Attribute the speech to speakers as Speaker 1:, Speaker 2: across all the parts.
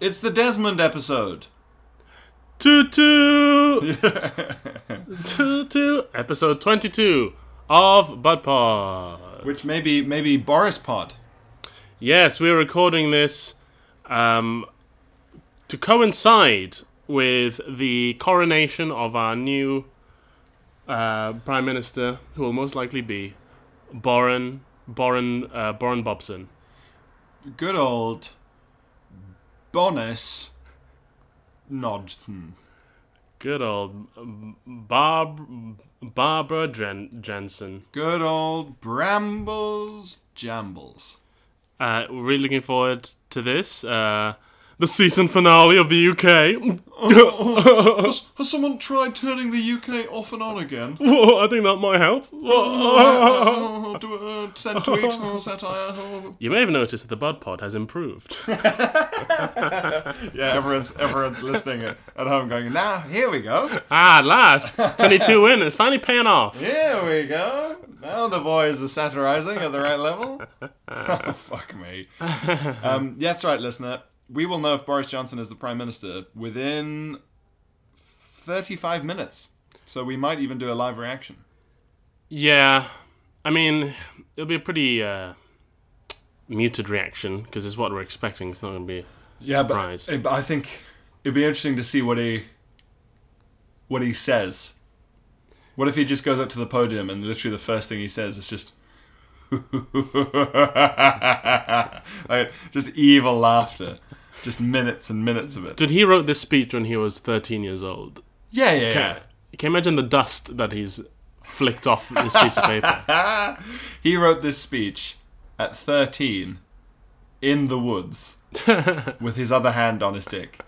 Speaker 1: It's the Desmond episode.
Speaker 2: Toot toot! toot toot! Episode 22 of Budpod.
Speaker 1: Which maybe maybe Boris Pod.
Speaker 2: Yes, we're recording this um, to coincide with the coronation of our new uh, Prime Minister, who will most likely be Boren, Boren, uh, Boren Bobson.
Speaker 1: Good old Bonis Nodson.
Speaker 2: Good old um, Barb, Barbara Dren- Jensen.
Speaker 1: Good old Brambles Jambles.
Speaker 2: Uh, we're really looking forward to this. Uh, the season finale of the UK.
Speaker 1: Has, has someone tried turning the UK off and on again?
Speaker 2: Oh, I think that might help.
Speaker 1: Oh, do, uh, send tweet, oh, satire. oh.
Speaker 2: You may have noticed that the Bud Pod has improved.
Speaker 1: Yeah, everyone's everyone's listening at, at home going, nah, here we go.
Speaker 2: ah, at last! 22 in, it's finally paying off.
Speaker 1: Here we go. Now the boys are satirizing at the right level. oh, fuck me. Um, yeah, that's right, listener. We will know if Boris Johnson is the Prime Minister within 35 minutes. So we might even do a live reaction.
Speaker 2: Yeah, I mean, it'll be a pretty uh, muted reaction because it's what we're expecting. It's not going to be.
Speaker 1: Yeah,
Speaker 2: Surprise.
Speaker 1: but I think it'd be interesting to see what he what he says. What if he just goes up to the podium and literally the first thing he says is just like just evil laughter, just minutes and minutes of it.
Speaker 2: Dude, he wrote this speech when he was 13 years old.
Speaker 1: Yeah, yeah, yeah.
Speaker 2: Can you imagine the dust that he's flicked off this piece of paper?
Speaker 1: He wrote this speech at 13 in the woods with his other hand on his dick.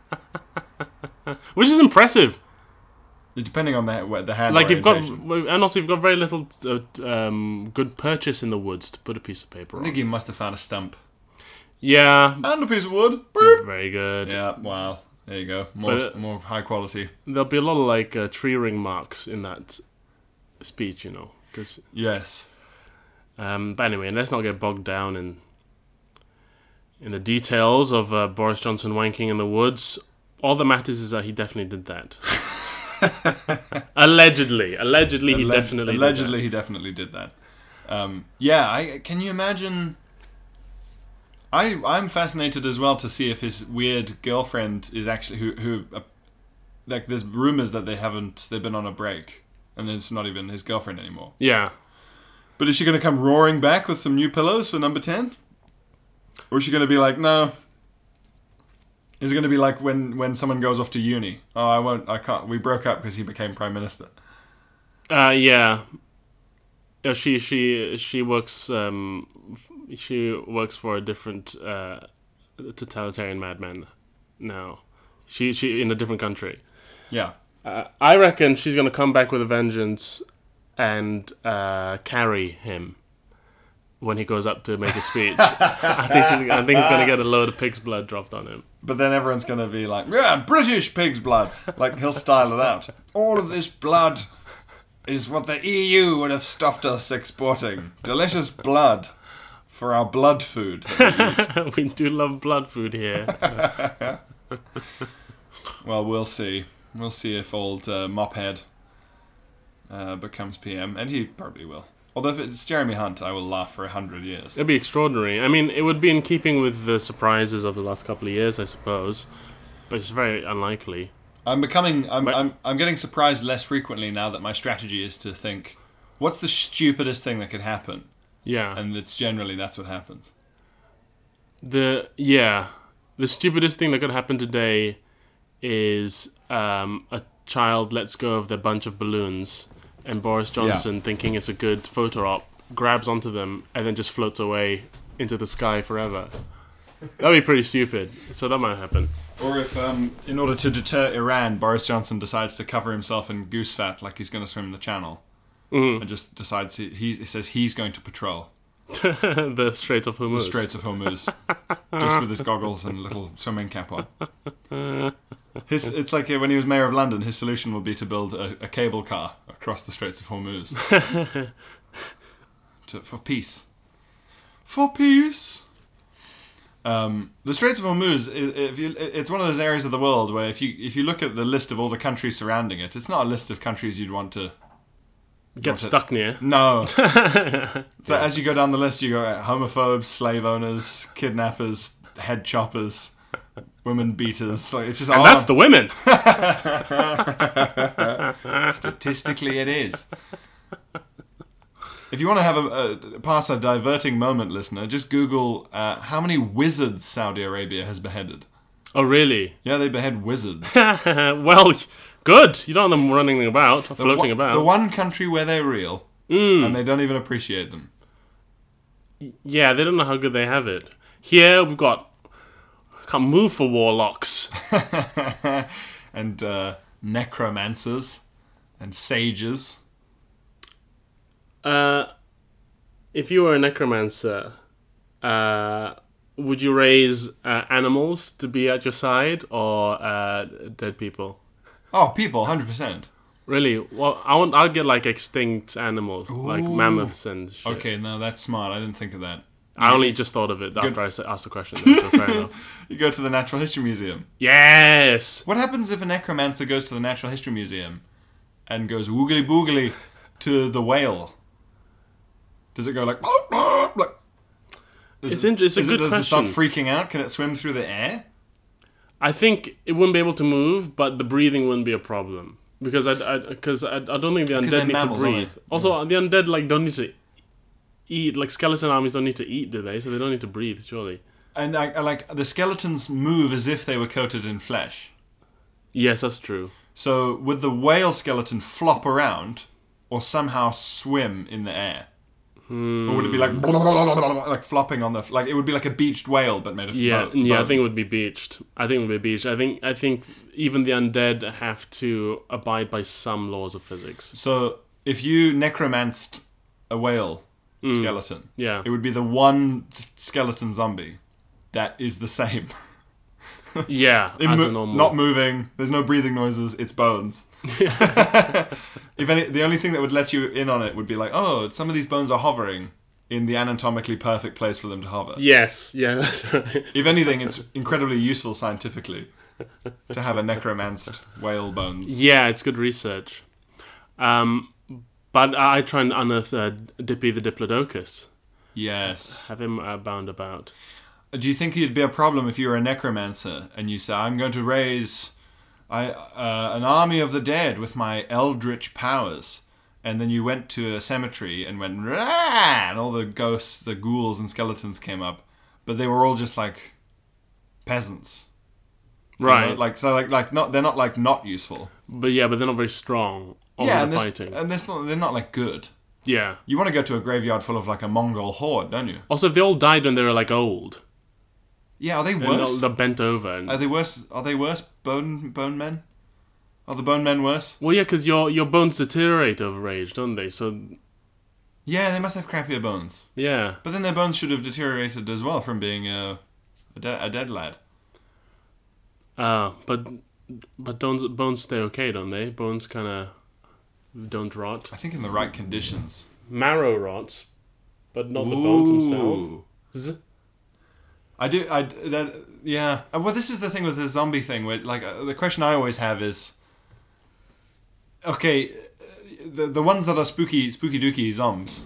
Speaker 2: Which is impressive.
Speaker 1: Depending on the, the hand
Speaker 2: Like you've got,
Speaker 1: orientation.
Speaker 2: and also you've got very little uh, um, good purchase in the woods to put a piece of paper
Speaker 1: I
Speaker 2: on.
Speaker 1: think he must have found a stump.
Speaker 2: Yeah,
Speaker 1: And a piece of wood. Boop.
Speaker 2: very good.
Speaker 1: Yeah, wow. There you go. More,
Speaker 2: But-
Speaker 1: more high quality.
Speaker 2: There'll be a lot of like uh, tree ring marks in that speech, you know. 'cause-
Speaker 1: Yes.
Speaker 2: um, but anyway, let's not get bogged down in in the details of uh, Boris Johnson wanking in the woods. All that matters is that he definitely did that. allegedly, allegedly, he
Speaker 1: Alleg-
Speaker 2: definitely
Speaker 1: Allegedly,
Speaker 2: Did
Speaker 1: he definitely did that. Um, yeah, I can you imagine? I I'm fascinated as well to see if his weird girlfriend is actually who who uh, like there's rumors that they haven't they've been on a break and it's not even his girlfriend anymore.
Speaker 2: that. Yeah,
Speaker 1: But is she going to come roaring back with some new pillows for number 10? Or is she going to be like, no? Is it going to be like when, when someone goes off to uni? Oh, I won't, I can't, we broke up because he became prime minister.
Speaker 2: Uh, yeah. Uh, She she she works um f- she works for a different uh totalitarian madman now. She she in a different country.
Speaker 1: Yeah.
Speaker 2: Uh, I reckon she's gonna come back with a vengeance and uh carry him when he goes up to make a speech. I think she's, I think he's gonna get a load of pig's blood dropped on him.
Speaker 1: But then everyone's going to be like, yeah, British pig's blood. Like, he'll style it out. All of this blood is what the EU would have stopped us exporting. Delicious blood for our blood food.
Speaker 2: we do love blood food here.
Speaker 1: Well, we'll see. We'll see if old uh, Mophead uh, becomes PM, and he probably will. Although if it's Jeremy Hunt, I will laugh for a hundred years.
Speaker 2: It'd be extraordinary. I mean, it would be in keeping with the surprises of the last couple of years, I suppose, but it's very unlikely.
Speaker 1: I'm becoming. I'm, I'm. I'm getting surprised less frequently now that my strategy is to think, what's the stupidest thing that could happen,
Speaker 2: Yeah.
Speaker 1: and it's generally that's what happens.
Speaker 2: the yeah, the stupidest thing that could happen today is um, a child lets go of their bunch of balloons, and Boris Johnson, thinking it's a good photo op, grabs onto them and then just floats away into the sky forever. That'd be pretty stupid. So that might happen.
Speaker 1: Or if, um, in order to deter Iran, Boris Johnson decides to cover himself in goose fat like he's going to swim the channel, and just decides he, he, he says he's going to patrol
Speaker 2: the Straits of Hormuz.
Speaker 1: the Straits of Hormuz just with his goggles and little swimming cap on. His, it's like uh, when he was mayor of London, his solution would be to build a, a cable car across the Straits of Hormuz to, for peace. For peace. Um, the Straits of Hormuz, i- if you, it's one of those areas of the world where if you if you look at the list of all the countries surrounding it, it's not a list of countries you'd want to
Speaker 2: Get stuck near.
Speaker 1: no. so as you go down the list, you go uh, homophobes, slave owners, kidnappers, head choppers, women beaters. Like it's just
Speaker 2: And
Speaker 1: oh,
Speaker 2: that's the women.
Speaker 1: statistically it is. If you want to have a, a pass a diverting moment, listener, just Google uh, how many wizards Saudi Arabia has beheaded.
Speaker 2: Oh, really?
Speaker 1: Yeah, they behead wizards.
Speaker 2: Uh, well, good. You don't have them running about, or
Speaker 1: The
Speaker 2: floating
Speaker 1: one-
Speaker 2: about. Mm.
Speaker 1: The one country where they're real, and they don't even appreciate them.
Speaker 2: Yeah, they don't know how good they have it. Here we've got can't move for warlocks.
Speaker 1: and uh, necromancers and sages.
Speaker 2: Uh, if you were a necromancer, uh, would you raise uh, animals to be at your side or uh, dead people?
Speaker 1: Oh, people, hundred percent.
Speaker 2: Really? Well, I want. I'd get like extinct animals, like mammoths and shit.
Speaker 1: Okay, no, that's smart. I didn't think of that.
Speaker 2: I only just thought of it after I s- asked the question. Then, so fair enough.
Speaker 1: You go to the Natural History Museum.
Speaker 2: Yes.
Speaker 1: What happens if a necromancer goes to the Natural History Museum and goes woogly boogly to the whale? Does it go like? "Oh, like does
Speaker 2: It's inter- it's a
Speaker 1: is
Speaker 2: good
Speaker 1: it, does it start
Speaker 2: question.
Speaker 1: freaking out? Can it swim through the air?
Speaker 2: I think it wouldn't be able to move, but the breathing wouldn't be a problem because I because I, I, don't think the
Speaker 1: they're
Speaker 2: undead need
Speaker 1: mammals,
Speaker 2: to
Speaker 1: aren't
Speaker 2: breathe.
Speaker 1: they?
Speaker 2: Also, the undead like don't need to eat. Like skeleton armies don't need to eat, do they? So they don't need to breathe, surely.
Speaker 1: And I, I like the skeletons move as if they were coated in flesh.
Speaker 2: Yes, that's true.
Speaker 1: So would the whale skeleton flop around or somehow swim in the air? Or would it be like like flopping on the like it would be like a beached whale but made of
Speaker 2: Yeah,
Speaker 1: bo-
Speaker 2: yeah. I
Speaker 1: bones.
Speaker 2: think it would be beached. I think it would be beached. I think I think even the undead have to abide by some laws of physics.
Speaker 1: So if you necromanced a whale skeleton,
Speaker 2: Mm. Yeah.
Speaker 1: it would be the one s- skeleton zombie that is the same.
Speaker 2: Yeah, as
Speaker 1: Mo-
Speaker 2: a normal.
Speaker 1: Not moving. There's no breathing noises. It's bones. if any, the only thing that would let you in on it would be like, oh, some of these bones are hovering in the anatomically perfect place for them to hover.
Speaker 2: yes, yeah, that's right.
Speaker 1: If anything, it's incredibly useful scientifically to have a necromanced whale bones.
Speaker 2: Yeah, it's good research. Um, but I I try and unearth uh, Dippy the Diplodocus.
Speaker 1: Yes.
Speaker 2: Have him uh, bound about.
Speaker 1: Do you think it'd be a problem if you were a necromancer and you say, "I'm going to raise I, uh, an army of the dead with my eldritch powers," and then you went to a cemetery and went, "Rah!" and all the ghosts, the ghouls, and skeletons came up, but they were all just like peasants, you know?
Speaker 2: Right.
Speaker 1: Like so, like like not they're not like not useful.
Speaker 2: but yeah, but they're not very strong. Over
Speaker 1: yeah,
Speaker 2: yeah,
Speaker 1: and, uh,
Speaker 2: the
Speaker 1: there's-
Speaker 2: fighting.
Speaker 1: and there's not, they're not like good.
Speaker 2: yeah.
Speaker 1: You want to go to a graveyard full of like a Mongol horde, don't you?
Speaker 2: Also, if they all died when they were like old,
Speaker 1: Yeah, are they
Speaker 2: and they're,
Speaker 1: worse?
Speaker 2: they're bent over. And,
Speaker 1: Are they worse? Are they worse? Bone bone men? Are the bone men worse?
Speaker 2: well, yeah, because your your bones deteriorate over age, don't they? So
Speaker 1: Yeah, they must have crappier bones.
Speaker 2: yeah,
Speaker 1: But then their bones should have deteriorated as well from being a a, de- a dead lad.
Speaker 2: uh, but but bones bones stay okay, don't they? Bones kind of don't rot.
Speaker 1: I think in the right conditions.
Speaker 2: Marrow rots, but not the bones themselves.
Speaker 1: Ooh. I do. I that yeah. Uh, Well, this is the thing with the zombie thing. Where like uh, the question I always have is, okay, uh, the the ones that are spooky, spooky dooky zombs.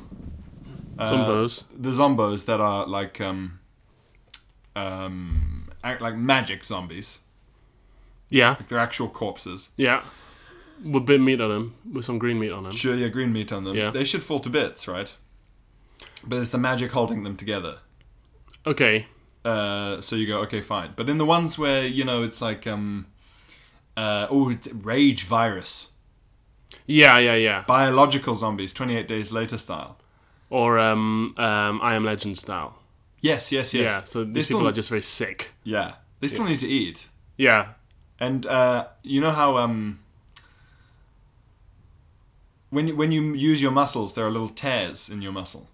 Speaker 2: Some
Speaker 1: Uh,
Speaker 2: bones.
Speaker 1: the zombos that are like um um act like magic zombies.
Speaker 2: Yeah,
Speaker 1: They're actual corpses.
Speaker 2: yeah. With bit meat on them, with some green meat on them.
Speaker 1: Sure, yeah, green meat on them.
Speaker 2: Yeah.
Speaker 1: They should fall to bits, right? But it's the magic holding them together.
Speaker 2: Okay.
Speaker 1: Uh, so you go, okay, fine. But in the ones where you know it's like um uh oh, it's rage virus,
Speaker 2: Yeah, yeah, yeah.
Speaker 1: biological zombies, twenty eight days later style.
Speaker 2: Or um, um, I Am Legend style.
Speaker 1: Yes, yes, yes.
Speaker 2: Yeah, so these
Speaker 1: They
Speaker 2: people
Speaker 1: still,
Speaker 2: are just very sick.
Speaker 1: yeah. They still need to eat.
Speaker 2: Yeah.
Speaker 1: And uh, you know how um, when you, when you use your muscles, there are little tears in your muscle.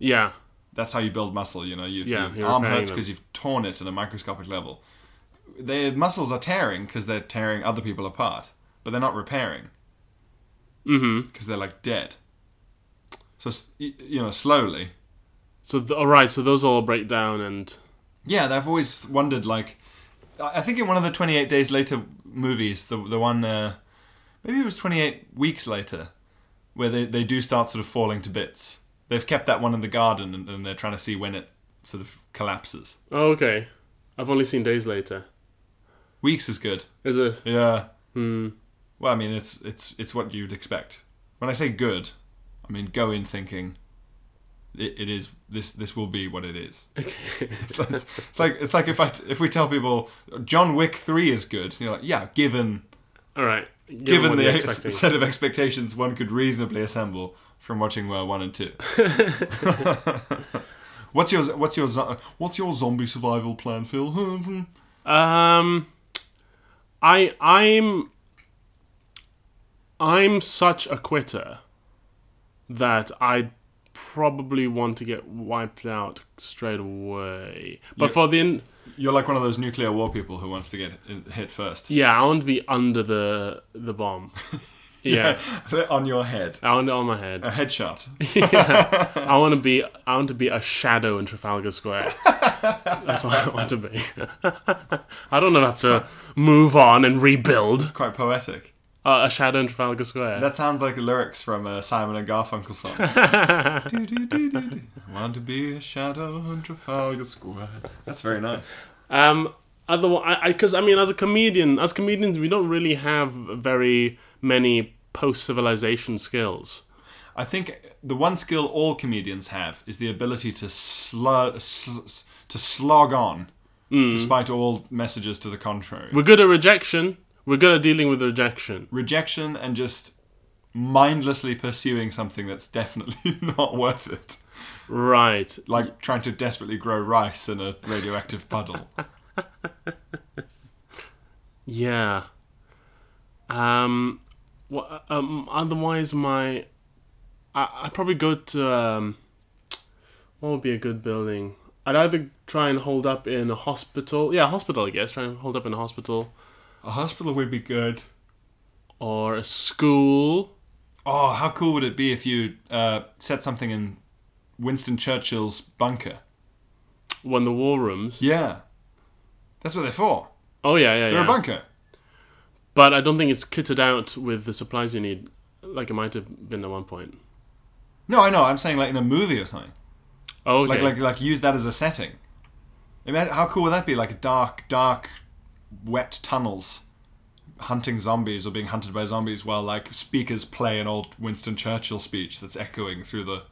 Speaker 2: Yeah.
Speaker 1: That's how you build muscle. You know, you,
Speaker 2: Yeah,
Speaker 1: your
Speaker 2: you're
Speaker 1: arm
Speaker 2: repairing
Speaker 1: hurts
Speaker 2: them.
Speaker 1: because you've torn it at a microscopic level. Their muscles are tearing because they're tearing other people apart, but they're not repairing
Speaker 2: Mm-hmm.
Speaker 1: because they're like dead. So s- y- you know, slowly.
Speaker 2: So th- all right, so those all break down and
Speaker 1: Yeah, I've always wondered. Like, I I think in one of the Twenty Eight Days Later movies, the the one uh, maybe it was Twenty Eight Weeks Later, where they, they do start sort of falling to bits. They've kept that one in the garden, and, and they're trying to see when it sort of collapses.
Speaker 2: oh, okay. I've only seen days later.
Speaker 1: Weeks is good.
Speaker 2: Is it?
Speaker 1: Yeah. Hmm. Well, I mean, it's it's it's what you'd expect. When I say good, I mean go in thinking it, it is this this will be what it is. so it's, it's like it's like if I if we tell people John Wick three is good, you're like yeah, given
Speaker 2: All right. Given,
Speaker 1: given,
Speaker 2: what
Speaker 1: the
Speaker 2: you're
Speaker 1: ex-
Speaker 2: expecting.
Speaker 1: set of expectations one could reasonably assemble from watching uh, one and two. what's your what's your zo- what's your zombie survival plan, Phil?
Speaker 2: Um, I I'm I'm such a quitter that I probably want to get wiped out straight away. But for the in-
Speaker 1: you're like one of those nuclear war people who wants to get hit- hit first.
Speaker 2: yeah, I want to be under the the bomb. Yeah,
Speaker 1: on your head.
Speaker 2: I want it on my head.
Speaker 1: A headshot.
Speaker 2: I want to be I want to be a shadow in Trafalgar Square. That's what I want to be. I don't have to move on and rebuild
Speaker 1: Quite poetic.
Speaker 2: uh, a shadow in Trafalgar Square.
Speaker 1: That sounds like lyrics from a Simon and Garfunkel song. Do-do-do-do-do. Want to be a shadow on Trafalgar Square. That's very nice.
Speaker 2: Um, otherwise, because I, mean, as a comedian, as comedians, we don't really have very many post-civilization skills.
Speaker 1: I think the one skill all comedians have is the ability to slur, sl- to slog on, despite all messages to the contrary.
Speaker 2: We're good at rejection. We're good at dealing with rejection.
Speaker 1: Rejection and just mindlessly pursuing something that's definitely not worth it.
Speaker 2: Right.
Speaker 1: Like trying to desperately grow rice in a radioactive puddle.
Speaker 2: Yeah. Um. wha- um. Otherwise, my, I I probably go to um. What would be a good building? I'd either try and hold up in a hospital. Yeah, hospital. I guess try and hold up in a hospital
Speaker 1: A hospital would be good.
Speaker 2: or a school.
Speaker 1: Oh, how cool would it be if you uh, set something in Winston Churchill's bunker?
Speaker 2: One of the war rooms.
Speaker 1: Yeah. That's what they're for.
Speaker 2: Oh yeah, yeah,
Speaker 1: They're
Speaker 2: yeah.
Speaker 1: a bunker.
Speaker 2: But I don't think it's kitted out with the supplies you need, like it might have been at one point.
Speaker 1: No, I know. I'm saying like in a movie or something.
Speaker 2: Oh, okay.
Speaker 1: Like, like, like use that as a setting. Imagine, how cool would that be? Like dark, dark, wet tunnels, hunting zombies or being hunted by zombies while like speakers play an old Winston Churchill speech that's echoing through the.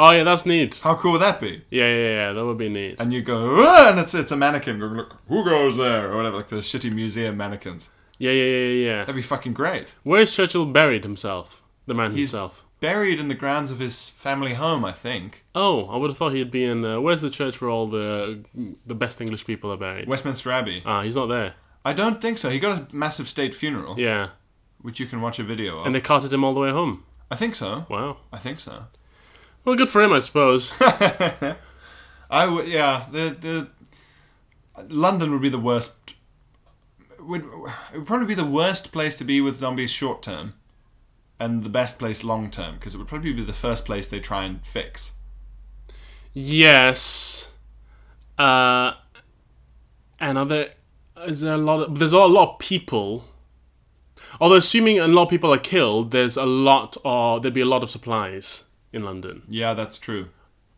Speaker 2: oh yeah, that's neat.
Speaker 1: How cool would that be?
Speaker 2: Yeah, yeah, yeah. That would be neat.
Speaker 1: And you go, "Ah," and it's it's a mannequin going, look, who goes there or whatever, like the shitty museum mannequins.
Speaker 2: Yeah, yeah, yeah, yeah. yeah.
Speaker 1: That'd be fucking great.
Speaker 2: Where is Churchill buried himself? The man
Speaker 1: He's-
Speaker 2: himself.
Speaker 1: Buried in the grounds of his family home, I think,
Speaker 2: Oh, I would have thought he'd be in. Uh, where's the church where all the the best English people are buried?
Speaker 1: Westminster Abbey.
Speaker 2: Ah, he's not there.
Speaker 1: I don't think so. He got a massive state funeral,
Speaker 2: Yeah,
Speaker 1: which you can watch a video of.
Speaker 2: and they carted him all the way home.
Speaker 1: I think so.
Speaker 2: Wow.
Speaker 1: I think so.
Speaker 2: Well, good for him, I suppose.
Speaker 1: I would, yeah. The the London would be the worst. Would it would probably be the worst place to be with zombies short term, and the best place long term because it would probably be the first place they try and fix.
Speaker 2: Yes. Uh, and are there is there a lot of there's a lot of people. Although assuming a lot of people are killed, there's a lot or there'd be a lot of supplies in London.
Speaker 1: Yeah, that's true.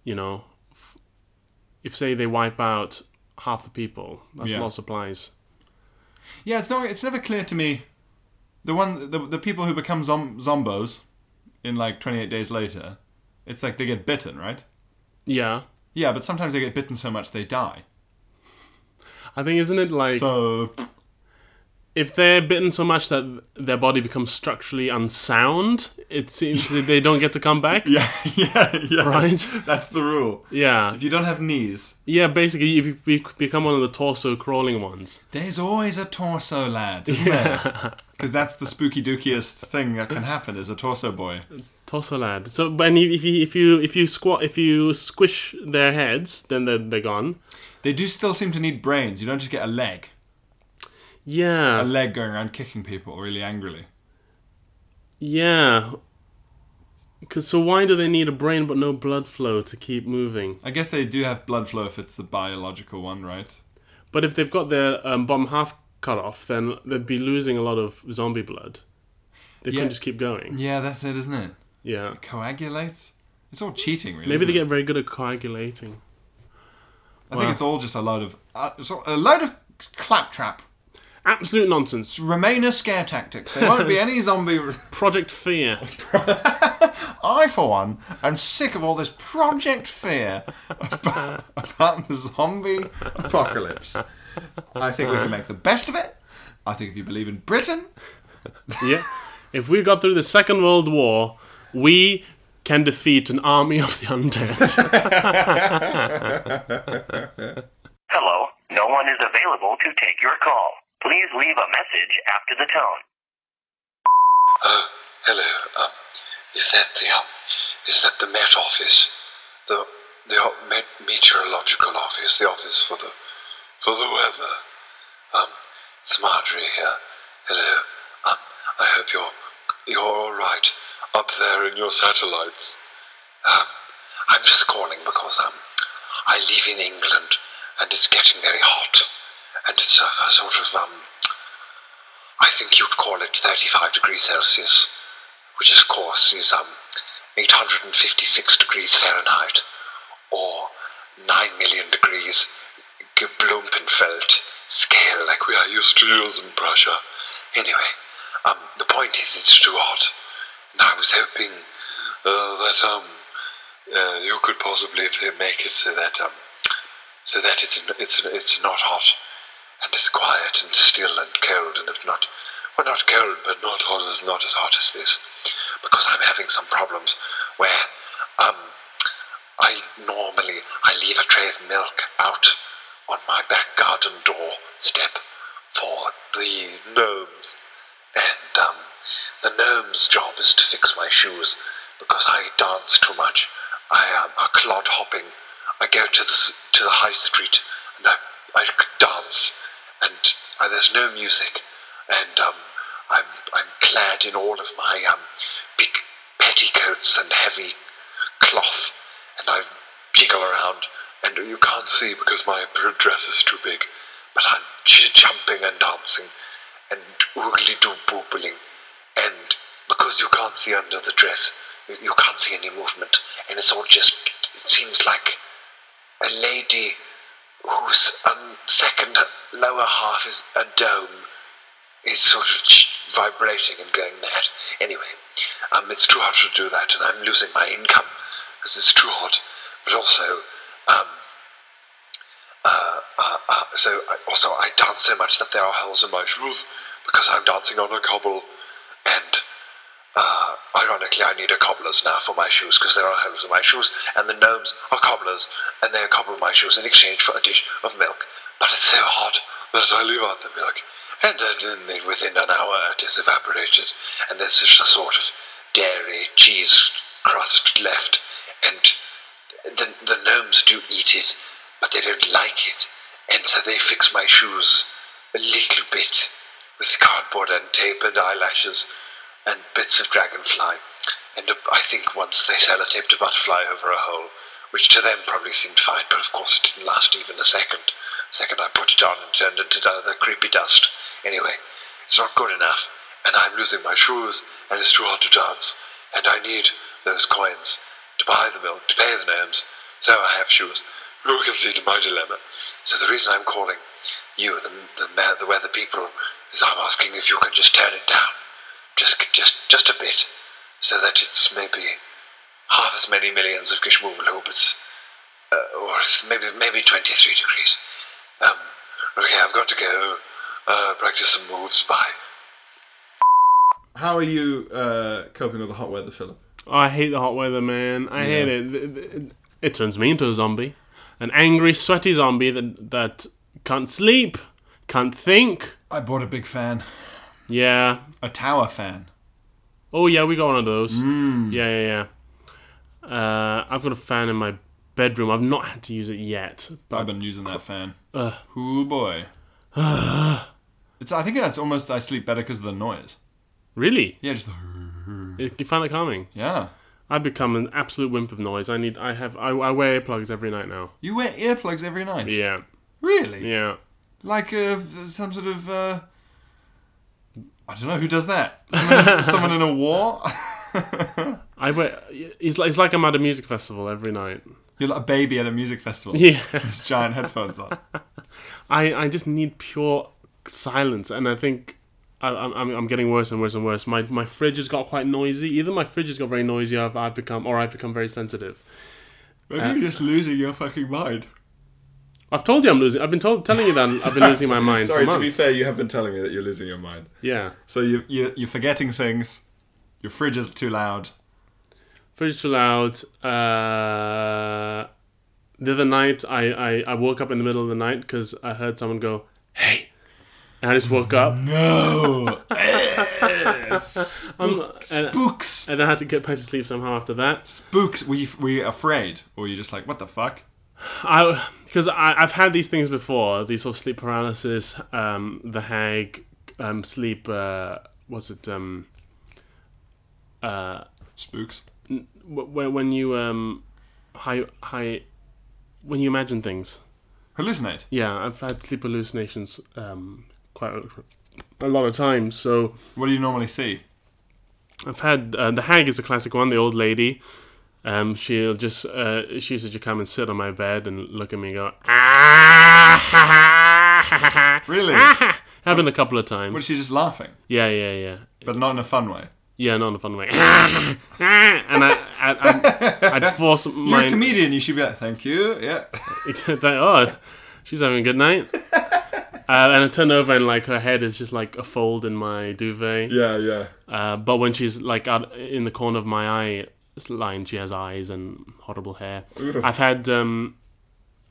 Speaker 2: You know, F- if say they wipe out half the people, that's
Speaker 1: Yeah.
Speaker 2: a lot of supplies.
Speaker 1: Yeah, it's not. It's never clear to me. The one, the the people who become zom- zombos, in like 28 days later, it's like they get bitten, right?
Speaker 2: Yeah,
Speaker 1: Yeah, but sometimes they get bitten so much they die.
Speaker 2: I think isn't it like
Speaker 1: So
Speaker 2: if they're bitten so much that their body becomes structurally unsound, it seems that they don't get to come back.
Speaker 1: Yeah, yeah, yeah.
Speaker 2: Right?
Speaker 1: That's the rule.
Speaker 2: Yeah,
Speaker 1: If you don't have knees,
Speaker 2: yeah. Basically, you be- be- become one of the torso crawling ones.
Speaker 1: there's always a torso lad, isn't there? Because that's the spooky dookiest thing that can happen is a torso boy.
Speaker 2: Torso lad. So, but and if you if you if you squat if you squish their heads, then they're, they're gone.
Speaker 1: They do still seem to need brains. You don't just get a leg. A
Speaker 2: Yeah,
Speaker 1: leg going around kicking people really angrily.
Speaker 2: yeah. Cause so why do they need a brain but no blood flow to keep moving?
Speaker 1: I guess they do have blood flow if it's the biological one, right?
Speaker 2: But if they've got their um, bottom half cut off, then they'd be losing a lot of zombie blood. They
Speaker 1: Yeah.
Speaker 2: couldn't just keep going.
Speaker 1: Yeah, that's it, isn't it?
Speaker 2: Yeah.
Speaker 1: Coagulates? It's all cheating, really.
Speaker 2: Maybe
Speaker 1: isn't
Speaker 2: they
Speaker 1: it?
Speaker 2: get very good at coagulating.
Speaker 1: I think it's all just a load of uh, it's all- a load of claptrap.
Speaker 2: Absolute nonsense.
Speaker 1: Remainer scare tactics. There won't be any zombie.
Speaker 2: Project Fear.
Speaker 1: I, for one, am sick of all this project fear about, about the zombie apocalypse. I think we can make the best of it. I think if you believe in Britain,
Speaker 2: yeah. If we got through the Second World War, we can defeat an army of the undead.
Speaker 3: Hello, no one is available to take your call. Please leave a message after the tone.
Speaker 4: Oh, hello. Um, is that the um, is that the Met Office, the the o- Met Meteorological Office, the office for the for the weather? Um, it's Marjorie here. Hello. Um, I hope you're you're all right up there in your satellites. Um, I'm just calling because um, I live in England and it's getting very hot, and it's a, a sort of um, I think you'd call it 35 degrees Celsius, which of course is um 856 degrees Fahrenheit, or 9 million degrees Geblumenfeld scale, like we are used to using in Prussia. Anyway, um, the point is it's too hot, and I was hoping uh, that um uh, you could possibly make it so that um so that it's it's it's not hot and it's quiet and still and cold and if not well not cold but not hot as not as hot as this because I'm having some problems where um I normally I leave a tray of milk out on my back garden door step for the gnomes and um, the gnome's job is to fix my shoes because I dance too much. I am a clod hopping. I go to the s- to the high street and I, I dance, and uh, there's no music, and um, I'm I'm clad in all of my um, big petticoats and heavy cloth, and I jiggle around, and you can't see because my dress is too big, but I'm j- jumping and dancing and oogly doo boopling, and because you can't see under the dress, you you can't see any movement, and it's all just, it seems like a lady whose um, second lower half is a dome is sort of ch- vibrating and going mad. Anyway, um, it's too hot to do that, and I'm losing my income because it's too hot. But also, um, uh, uh, uh, so I, also I dance so much that there are holes in my shoes because I'm dancing on a cobble, and uh, ironically I need a cobbler's now for my shoes because there are holes in my shoes, and the gnomes are cobblers, and they cobble my shoes in exchange for a dish of milk. But it's so hot that I leave out the milk, and then- then within an hour it is evaporated, and there's just a sort of dairy cheese crust left, and the, the gnomes do eat it, but they don't like it, and so they fix my shoes a little bit with cardboard and tape and eyelashes and bits of dragonfly. And uh, I think once they sellotaped a butterfly over a hole, which to them probably seemed fine, but of course it didn't last even a second. Second, I put it on and turned it into the creepy dust. Anyway, it's not good enough, and I'm losing my shoes, and it's too hard to dance, and I need those coins to buy the milk, to pay the gnomes, so I have shoes. Who can see to my dilemma? So the reason I'm calling you, the, the, ma- the weather people, is I'm asking if you can just turn it down, just just just a bit, so that it's maybe half as many millions of Gishmumulhubits, uh, or it's maybe maybe 23 degrees. Um, okay, I've got to go. uh, practice some moves by.
Speaker 1: How are you uh, coping with the hot weather, Philip?
Speaker 2: Oh, I hate the hot weather, man. I hate it. Th- th- It, turns me into a zombie, an angry, sweaty zombie that that can't sleep, can't think.
Speaker 1: I bought a big fan,
Speaker 2: Yeah.
Speaker 1: a tower fan.
Speaker 2: Oh yeah, we got one of those.
Speaker 1: Hmm.
Speaker 2: Yeah, yeah, yeah. Uh, I've got a fan in my bedroom. I've not had to use it yet.
Speaker 1: I've been using that fan. Ooh boy. it's. I think that's almost. I sleep better because of the noise.
Speaker 2: Really,
Speaker 1: Yeah, just the.
Speaker 2: you you find that calming?
Speaker 1: Yeah.
Speaker 2: I've become an absolute wimp of noise. I need. I have. I, I wear earplugs every night now.
Speaker 1: You wear earplugs every night.
Speaker 2: Yeah,
Speaker 1: Really?
Speaker 2: yeah.
Speaker 1: Like uh, some sort of. Uh, I don't know who does that. Someone, someone in a war.
Speaker 2: I wear. It's like it's like I'm at a music festival every night.
Speaker 1: You're like a baby at a music festival.
Speaker 2: Yeah.
Speaker 1: With giant headphones on.
Speaker 2: I, I just need pure silence, and I think I, I'm, I'm- I'm getting worse and worse and worse. My, my fridge has got quite noisy. Either my fridge has got very noisy, or I've, I've become, or I've become very sensitive.
Speaker 1: Maybe
Speaker 2: Uh,
Speaker 1: you're just losing your fucking mind.
Speaker 2: I've told you I'm losing. I've been told, telling you that I've been losing my mind
Speaker 1: Sorry,
Speaker 2: for
Speaker 1: to be
Speaker 2: months.
Speaker 1: fair, you have been telling me that you're losing your mind.
Speaker 2: yeah,
Speaker 1: So you, you, you're forgetting things. Your fridge is too loud.
Speaker 2: fridge too loud. Uh, the other night, I, I, I woke up in the middle of the night because I heard someone go, "Hey," and I just woke up.
Speaker 1: No. uh,
Speaker 2: Um, and,
Speaker 1: Oh, Spooks.
Speaker 2: and I had to get back to sleep somehow after that.
Speaker 1: Spooks. Were you, were you afraid? Or were you just like, what the fuck?
Speaker 2: I because I've had these things before. These sort of sleep paralysis, um, the hag, um, sleep. Uh, was it um,
Speaker 1: Spooks.
Speaker 2: when, when you um, high high when you imagine things?
Speaker 1: Hallucinate.
Speaker 2: Yeah, I've had sleep hallucinations um, quite a, a lot of times. So
Speaker 1: What do you normally see?
Speaker 2: I've had uh, the hag is a classic one. The old lady. Um, she'll just uh, she used to just come and sit on my bed and look at me and go ah ha ha ha ha ha.
Speaker 1: Really?
Speaker 2: Ah, ha." happened a couple of times.
Speaker 1: Was she just laughing?
Speaker 2: Yeah, yeah, yeah.
Speaker 1: But not in a fun way.
Speaker 2: Yeah, not in a fun way. and I, I, I'd, I'd force
Speaker 1: You're
Speaker 2: my.
Speaker 1: a comedian. You should be like, thank you. Yeah.
Speaker 2: that, oh, she's having a good night. Uh, and I turn over and like her head is just like a fold in my duvet.
Speaker 1: Yeah, yeah.
Speaker 2: Uh, but when she's like out in the corner of my eye line, she has eyes and horrible hair. I've had um,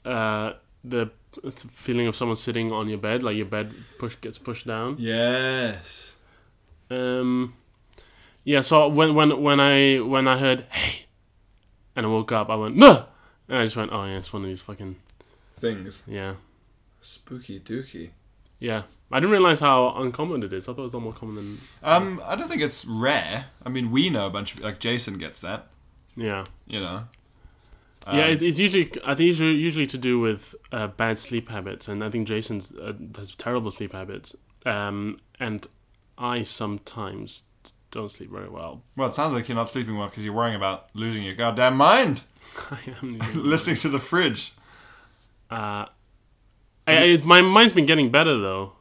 Speaker 2: uh, the it's a feeling of someone sitting on your bed, like your bed push gets pushed down.
Speaker 1: Yes.
Speaker 2: Um, yeah. So when when when I when I heard hey, and I woke up, I went no, and I just went oh yeah, it's one of these fucking
Speaker 1: Things.
Speaker 2: yeah
Speaker 1: Spooky dookie.
Speaker 2: yeah. I didn't realize how uncommon it is. I thought it was a lot more common than
Speaker 1: Um, I don't think it's rare. I mean, we know a bunch of like Jason gets that,
Speaker 2: yeah
Speaker 1: you know.
Speaker 2: yeah. It, it's usually I think usually, usually to do with uh, bad sleep habits, and I think Jason's uh, has terrible sleep habits. Um, and I sometimes don't sleep very well.
Speaker 1: Well, it sounds like you're not sleeping well because you're worrying about losing your goddamn mind
Speaker 2: I am.
Speaker 1: listening to the fridge.
Speaker 2: I, I, my mind's been getting better though.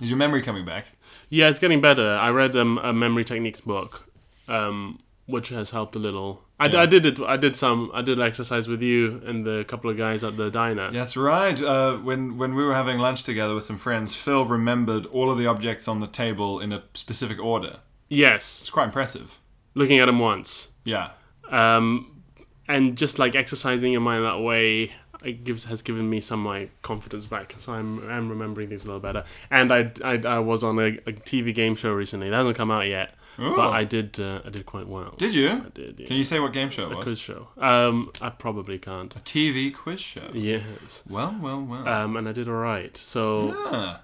Speaker 1: Is your memory coming back?
Speaker 2: Yeah, it's getting better. I read um, a memory techniques book, um, which has helped a little. I, I did it. I did some. I did exercise with you and the couple of guys at the diner.
Speaker 1: That's right. Uh, when when we were having lunch together with some friends, Phil remembered all of the objects on the table in a specific order.
Speaker 2: Yes,
Speaker 1: It's quite impressive.
Speaker 2: looking at them once,
Speaker 1: Yeah.
Speaker 2: um, and just like exercising your mind that way, it gives has given me some like confidence back. So I'm I'm remembering things a little better. And I I, I was on a, a TV game show recently. That hasn't come out yet,
Speaker 1: Ooh.
Speaker 2: but I did uh, I did quite well.
Speaker 1: Oh. Did you? I
Speaker 2: did, yeah.
Speaker 1: Can you say what game show it was?
Speaker 2: quiz show? Um, I probably can't.
Speaker 1: TV quiz show.
Speaker 2: Yes.
Speaker 1: Well, well, well.
Speaker 2: um, and I did all right. So
Speaker 1: Ah.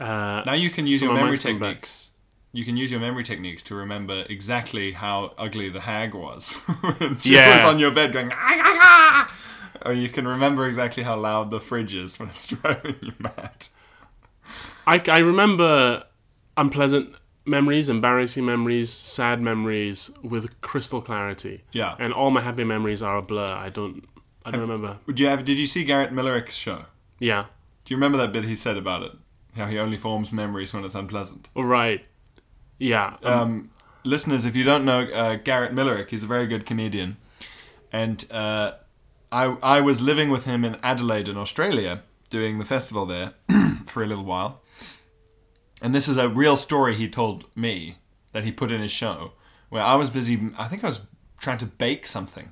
Speaker 2: uh,
Speaker 1: Now you can use
Speaker 2: So
Speaker 1: your
Speaker 2: my
Speaker 1: memory
Speaker 2: mind's come back.
Speaker 1: techniques. You can use your memory techniques to remember exactly how ugly the hag was. When she
Speaker 2: Yeah.
Speaker 1: was on your bed going. Ah, ah, ah. Or you can remember exactly how loud the fridge is when it's driving you mad.
Speaker 2: I, I remember unpleasant memories, embarrassing memories, sad memories with crystal clarity.
Speaker 1: Yeah.
Speaker 2: and all my happy memories are a blur. I don't, I don't remember.
Speaker 1: Would you have? Did you see Garrett Millerick's show?
Speaker 2: Yeah,
Speaker 1: Do you remember that bit he said about it? How he only forms memories when it's unpleasant.
Speaker 2: all right. Yeah, um,
Speaker 1: Um, listeners, if you don't know uh, Garrett Millerick, he's a very good comedian, and uh, I I was living with him in Adelaide in Australia doing the festival there for a little while, and this is a real story he told me that he put in his show where I was busy. I think I was trying to bake something.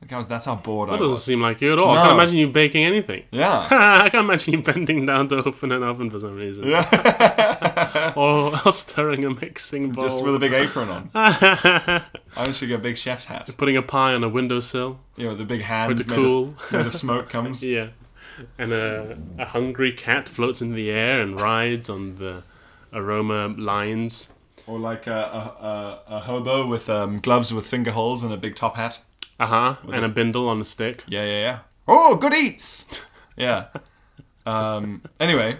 Speaker 1: Like I was, that's how bored
Speaker 2: That
Speaker 1: I
Speaker 2: doesn't
Speaker 1: was.
Speaker 2: seem like you at all. I
Speaker 1: No.
Speaker 2: can't imagine you baking anything.
Speaker 1: Yeah,
Speaker 2: I can't imagine you bending down to open an oven for some reason. or, or stirring a mixing bowl.
Speaker 1: just with a big apron on. I should get a big chef's hat.
Speaker 2: Putting a pie on a windowsill.
Speaker 1: You know, the big hand
Speaker 2: With the
Speaker 1: made,
Speaker 2: cool.
Speaker 1: of, made of smoke comes.
Speaker 2: Yeah. And a, a hungry cat floats into the air and rides on the aroma lines.
Speaker 1: Or like a, a, a, a hobo with um, gloves with finger holes and a big top hat.
Speaker 2: Uh huh. And a bindle on a stick.
Speaker 1: Yeah, yeah, yeah. Oh, good eats. Yeah. Um, anyway,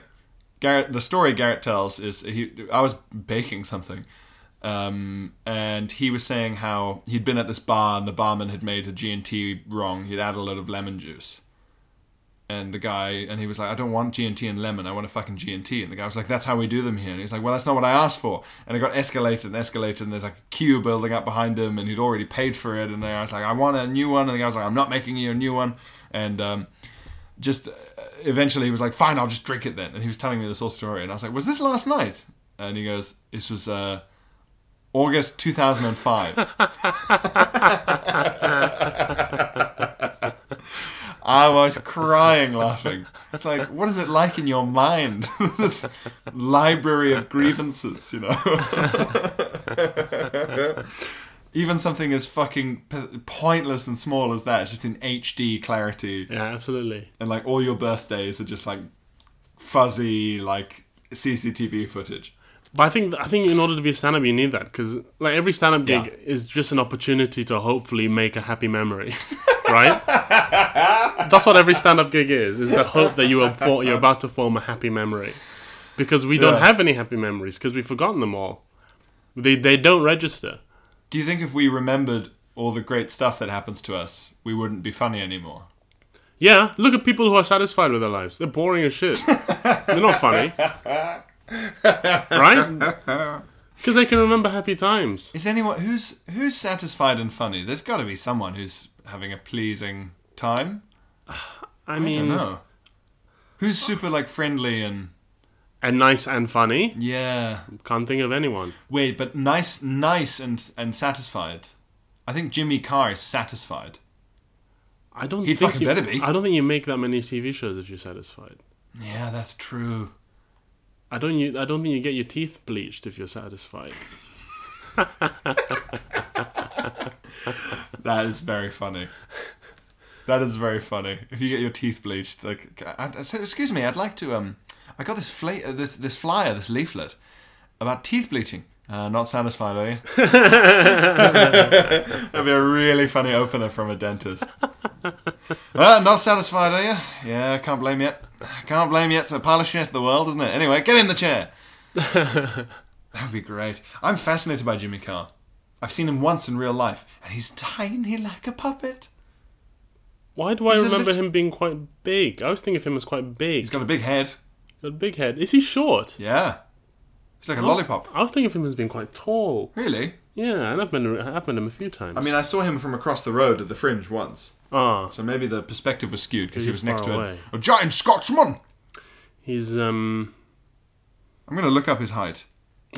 Speaker 1: Garrett, the story Garrett tells is he. I was baking something, um, and he was saying how he'd been at this bar and the barman had made a G and T wrong. He'd added a lot of lemon juice, and the guy and he was like, "I don't want G and T and lemon. I want a fucking G and T." And the guy was like, "That's how we do them here." And he's like, "Well, that's not what I asked for." And it got escalated and escalated, and there's like a queue building up behind him, and he'd already paid for it. And I was like, "I want a new one," and the guy was like, "I'm not making you a new one," and. Um, just uh, eventually he was like, "Fine, I'll just drink it then." And he was telling me this whole story, and I was like, "Was this last night?" And he goes, "This was uh, August 2005." I was crying laughing. It's like, what is it like in your mind? this library of grievances, you know. Even something as fucking p- pointless and small as that, it's just in HD clarity
Speaker 2: Yeah, absolutely.
Speaker 1: and like all your birthdays are just like fuzzy like CCTV footage.
Speaker 2: But I think I think in order to be a stand-up, you need that because like every stand-up gig is just an opportunity to hopefully make a happy memory, right? That's what every stand-up gig is: is the hope that you are for, you're about to form a happy memory, because we don't
Speaker 1: Yeah.
Speaker 2: have any happy memories because we've forgotten them all. They they don't register.
Speaker 1: Do you think if we remembered all the great stuff that happens to us, we wouldn't be funny anymore?
Speaker 2: Yeah, look at people who are satisfied with their lives. They're boring as shit. They're not funny, right? Because they can remember happy times.
Speaker 1: Is anyone who's who's satisfied and funny? There's got to be someone who's having a pleasing time.
Speaker 2: I
Speaker 1: I don't
Speaker 2: mean,
Speaker 1: know. Who's super like friendly and
Speaker 2: and nice and funny.
Speaker 1: yeah.
Speaker 2: Can't think of anyone.
Speaker 1: Wait, but nice, nice and and satisfied. I think Jimmy Carr is satisfied.
Speaker 2: I don't.
Speaker 1: He'd
Speaker 2: think
Speaker 1: fucking
Speaker 2: you-
Speaker 1: better be.
Speaker 2: I don't think you make that many TV shows if you're satisfied.
Speaker 1: Yeah, that's true.
Speaker 2: I don't. You, I don't think you get your teeth bleached if you're satisfied.
Speaker 1: That is very funny. That is very funny. If you get your teeth bleached, like, I, I said, excuse me, I'd like to. Um, I got this fla- uh, this this flyer, this leaflet about teeth bleaching. Uh, not satisfied, are you? That'd be a really funny opener from a dentist. Uh, not satisfied, are you? Yeah, can't blame you. Can't blame you. It's a pile of shit, the world, isn't it? Anyway, get in the chair. That'd be great. I'm fascinated by Jimmy Carr. I've seen him once in real life, and he's tiny like a puppet.
Speaker 2: Why do I
Speaker 1: He's a
Speaker 2: remember
Speaker 1: lit-
Speaker 2: him being quite big? I was thinking of him as quite big.
Speaker 1: He's got a big head.
Speaker 2: Got a big head. Is he short?
Speaker 1: Yeah. He's like a lollipop.
Speaker 2: I was thinking of him as being quite tall.
Speaker 1: Really?
Speaker 2: Yeah, and I've met him, I've met him a few times.
Speaker 1: I mean, I saw him from across the road at the fringe once.
Speaker 2: ah,
Speaker 1: So maybe the perspective was skewed because
Speaker 2: He
Speaker 1: he
Speaker 2: was
Speaker 1: was next
Speaker 2: far
Speaker 1: to a,
Speaker 2: away.
Speaker 1: a giant Scotsman.
Speaker 2: he's um
Speaker 1: I'm going to look up his height.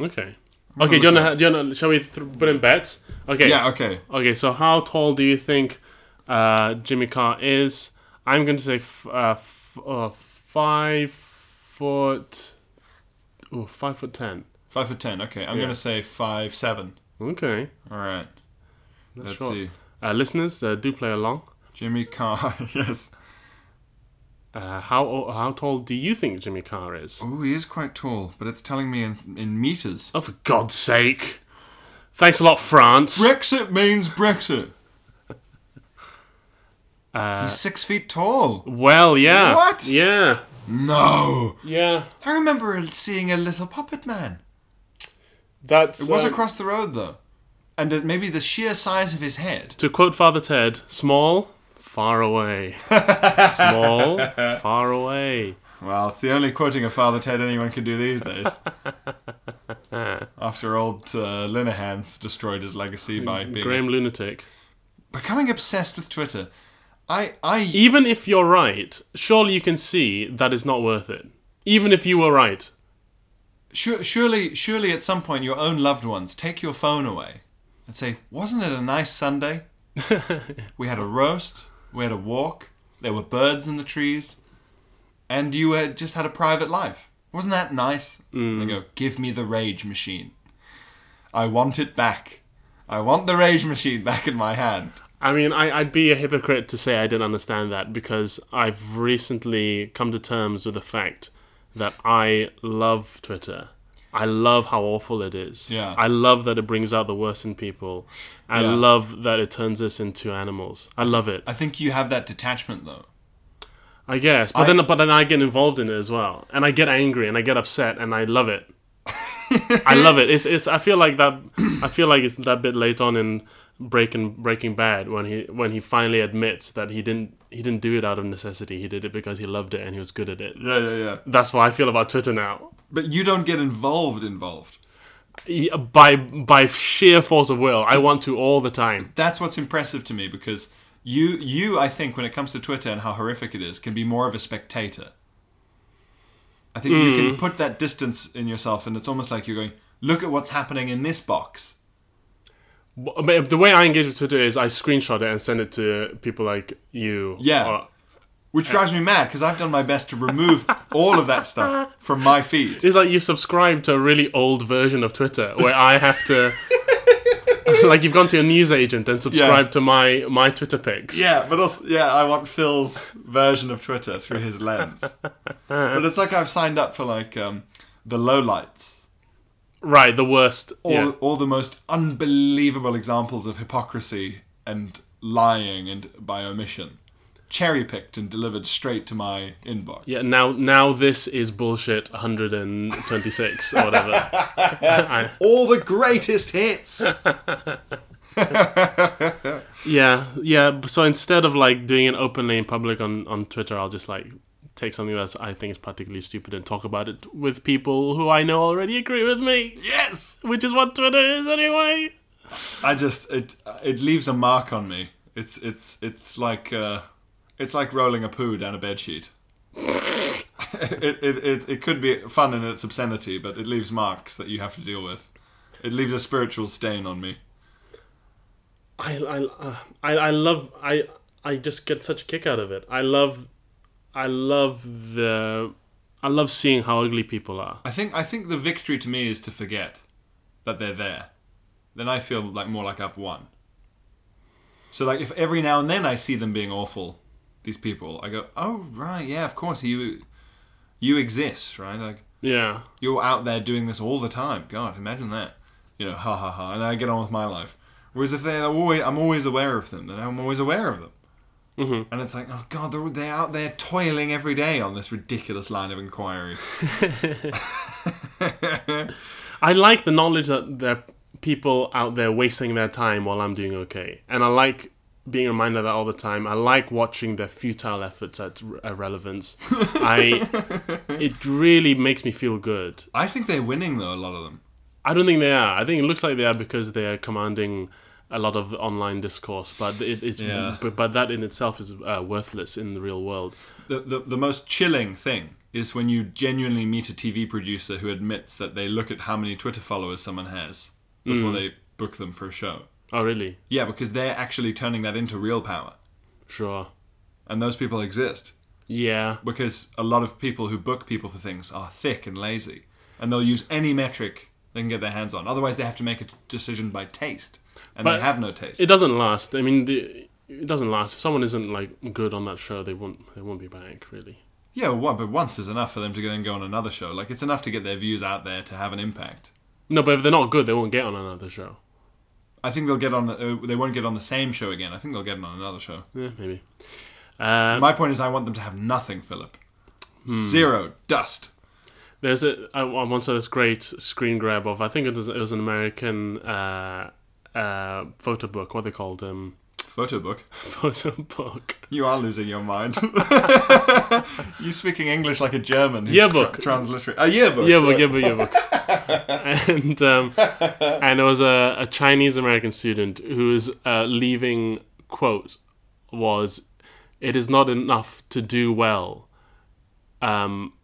Speaker 2: okay. Okay, do you, wanna, do you wanna? Shall we th- put in bets? Okay.
Speaker 1: Yeah, okay.
Speaker 2: Okay, so how tall do you think uh, Jimmy Carr is? I'm going to say f- uh, f- uh, five foot. Oh, five foot ten.
Speaker 1: Five foot ten. Okay, I'm going to say five seven.
Speaker 2: Okay.
Speaker 1: All right. Let's
Speaker 2: short.
Speaker 1: see.
Speaker 2: Uh, listeners, uh, do play along.
Speaker 1: Jimmy Carr. yes.
Speaker 2: Uh, how o- how tall do you think Jimmy Carr is?
Speaker 1: Oh, he is quite tall, but it's telling me in, in meters.
Speaker 2: Oh, for God's sake! Thanks a lot, France.
Speaker 1: Brexit means Brexit.
Speaker 2: Uh,
Speaker 1: He's six feet tall.
Speaker 2: Well, yeah.
Speaker 1: What?
Speaker 2: Yeah.
Speaker 1: No.
Speaker 2: Yeah.
Speaker 1: I remember seeing a little puppet man.
Speaker 2: That's.
Speaker 1: It was
Speaker 2: uh,
Speaker 1: across the road though, and uh, maybe the sheer size of his head.
Speaker 2: To quote Father Ted, small, far away. small, far away.
Speaker 1: Well, it's the only quoting of Father Ted anyone can do these days. After old uh, Linehan's destroyed his legacy by being
Speaker 2: Mm, Graham Lunatic.
Speaker 1: becoming obsessed with Twitter, I I
Speaker 2: Even if you're right, surely you can see that is not worth it. Even if you were right.
Speaker 1: Sure, surely, surely, at some point, your own loved ones take your phone away and say, "Wasn't it a nice Sunday? we had a roast, we had a walk, there were birds in the trees, and you had just had a private life. Wasn't that nice?" They go, "Give me the rage machine. I want it back. I want the rage machine back in my hand."
Speaker 2: I mean, I, I'd be a hypocrite to say I didn't understand that because I've recently come to terms with the fact that I love Twitter. I love how awful it is.
Speaker 1: Yeah.
Speaker 2: I love that it brings out the worst in people. I
Speaker 1: Yeah.
Speaker 2: love that it turns us into animals. I love it.
Speaker 1: I think you have that detachment though.
Speaker 2: I guess, but
Speaker 1: I-
Speaker 2: then but then I get involved in it as well, and I get angry and I get upset and I love it. I love it. It's it's. I feel like that. I feel like it's that bit late on in Breaking Breaking Bad when he when he finally admits that he didn't he didn't do it out of necessity. He did it because he loved it and he was good at it.
Speaker 1: Yeah, yeah, yeah.
Speaker 2: That's what I feel about Twitter now.
Speaker 1: But you don't get involved. Involved.
Speaker 2: Yeah, By by sheer force of will, I want to all the time.
Speaker 1: that's what's impressive to me because you you I think when it comes to Twitter and how horrific it is can be more of a spectator. I think you can put that distance in yourself and it's almost like you're going look at what's happening in this box.
Speaker 2: But- but The way I engage with Twitter is I screenshot it and send it to people like you.
Speaker 1: Yeah.
Speaker 2: or-
Speaker 1: Which drives me mad because I've done my best to remove all of that stuff from my feed.
Speaker 2: It's like you've subscribed to a really old version of Twitter where I have to. like you've gone to a news agent and subscribed to my my Twitter pics.
Speaker 1: Yeah, but also yeah, I want Phil's version of Twitter through his lens. But it's like I've signed up for like um, the lowlights.
Speaker 2: Right, the worst.
Speaker 1: all,
Speaker 2: yeah.
Speaker 1: all the most unbelievable examples of hypocrisy and lying and by omission cherry picked and delivered straight to my inbox
Speaker 2: Yeah, now now this is bullshit 126 or whatever.
Speaker 1: all the greatest hits
Speaker 2: yeah, yeah. So instead of like doing it openly in public on, on Twitter, I'll just like take something that I think is particularly stupid and talk about it with people who I know already agree with me,
Speaker 1: yes
Speaker 2: which is what Twitter is anyway.
Speaker 1: i just it it leaves a mark on me it's it's it's like uh it's like rolling a poo down a bed sheet it, it, it, it could be fun in its obscenity but it leaves marks that you have to deal with it leaves a spiritual stain on me
Speaker 2: I I, uh, I I love I I just get such a kick out of it. I love I love the I love seeing how ugly people are.
Speaker 1: I think I think the victory to me is to forget that they're there. Then I feel like more like I've won. So like if every now and then I see them being awful, these people, I go, "Oh right, yeah, of course you you exist, right? Like
Speaker 2: Yeah.
Speaker 1: you're out there doing this all the time. God, imagine that. You know, ha ha ha, and I get on with my life. Whereas if they're always, I'm always aware of them, then I'm always aware of them. Mm-hmm. And it's like, oh God, they're, they're out there toiling every day on this ridiculous line of inquiry.
Speaker 2: I like the knowledge that there are people out there wasting their time while I'm doing okay. And I like being reminded of that all the time. I like watching their futile efforts at r- irrelevance. I it really makes me feel good.
Speaker 1: I think they're winning though, a lot of them.
Speaker 2: I don't think they are. I think it looks like they are because they are commanding a lot of online discourse, but it, it's
Speaker 1: Yeah.
Speaker 2: but, but that in itself is uh, worthless in the real world.
Speaker 1: The, the the most chilling thing is when you genuinely meet a TV producer who admits that they look at how many Twitter followers someone has
Speaker 2: Mm.
Speaker 1: before they book them for a show.
Speaker 2: Oh, really?
Speaker 1: Yeah, because they're actually turning that into real power,
Speaker 2: Sure.
Speaker 1: and those people exist
Speaker 2: Yeah.
Speaker 1: because a lot of people who book people for things are thick and lazy, and they'll use any metric they can get their hands on. Otherwise, they have to make a decision by taste, and they
Speaker 2: But
Speaker 1: have no taste.
Speaker 2: It doesn't last. I mean, the, it doesn't last. If someone isn't like good on that show, they won't they won't be back really.
Speaker 1: yeah, well, but once is enough for them to go and go on another show. Like it's enough to get their views out there to have an impact.
Speaker 2: No, but if they're not good, they won't get on another show.
Speaker 1: I think they'll get on. Uh, they won't get on the same show again. I think they'll get on another show.
Speaker 2: Yeah, maybe. Uh,
Speaker 1: My point is, I want them to have nothing, Philip.
Speaker 2: Hmm.
Speaker 1: Zero dust.
Speaker 2: There's a I, I once saw this great screen grab of I think it was it was an American uh, uh, photo book. What they called um,
Speaker 1: Photo book.
Speaker 2: photo book.
Speaker 1: You are losing your mind. you speaking English like a German. who's
Speaker 2: Yearbook.
Speaker 1: Tra- transliterate. A yearbook.
Speaker 2: yearbook, yearbook, yearbook. and um, and there was a, a Chinese American student who was uh, leaving. Quote was, "It is not enough to do well. Um,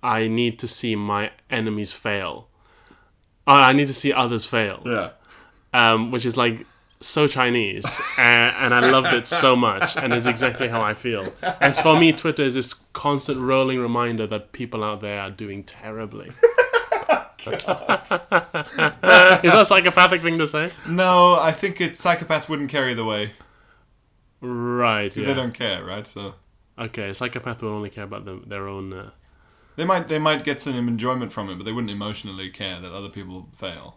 Speaker 2: I need to see my enemies fail. I I need to see others fail
Speaker 1: Yeah.
Speaker 2: um, which is like so Chinese, and, and I loved it so much, and it's exactly how I feel. And for me, Twitter is this constant rolling reminder that people out there are doing terribly. is that a psychopathic thing to say?
Speaker 1: No, I think it psychopaths wouldn't carry the way.
Speaker 2: Right.
Speaker 1: They
Speaker 2: Yeah.
Speaker 1: don't care, right? So
Speaker 2: Okay. a Psychopath will only care about them, their own. Uh,
Speaker 1: they might they might get some enjoyment from it, but they wouldn't emotionally care that other people fail.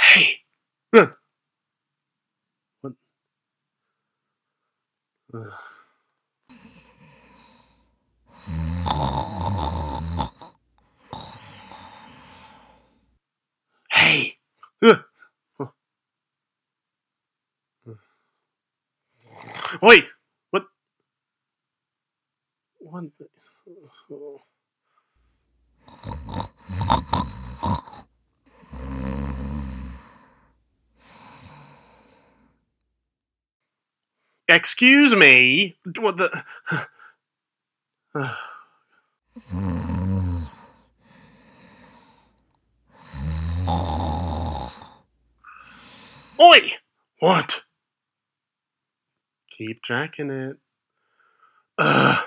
Speaker 3: Hey, hey,
Speaker 2: Oi! What? What? Excuse me. What the? Oi! What? Keep jacking it. Ugh.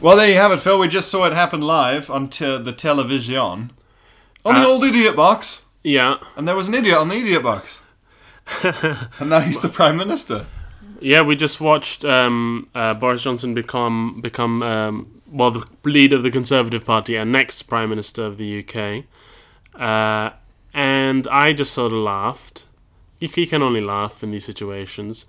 Speaker 1: Well, there you have it, Phil. We just saw it happen live on te- the television on the
Speaker 2: Uh,
Speaker 1: old idiot box,
Speaker 2: Yeah.
Speaker 1: and there was an idiot on the idiot box, and now he's the prime minister.
Speaker 2: Yeah, we just watched um, uh, Boris Johnson become become um, well the leader of the Conservative Party and next Prime Minister of the UK, uh, and I just sort of laughed. You, c- you can only laugh in these situations.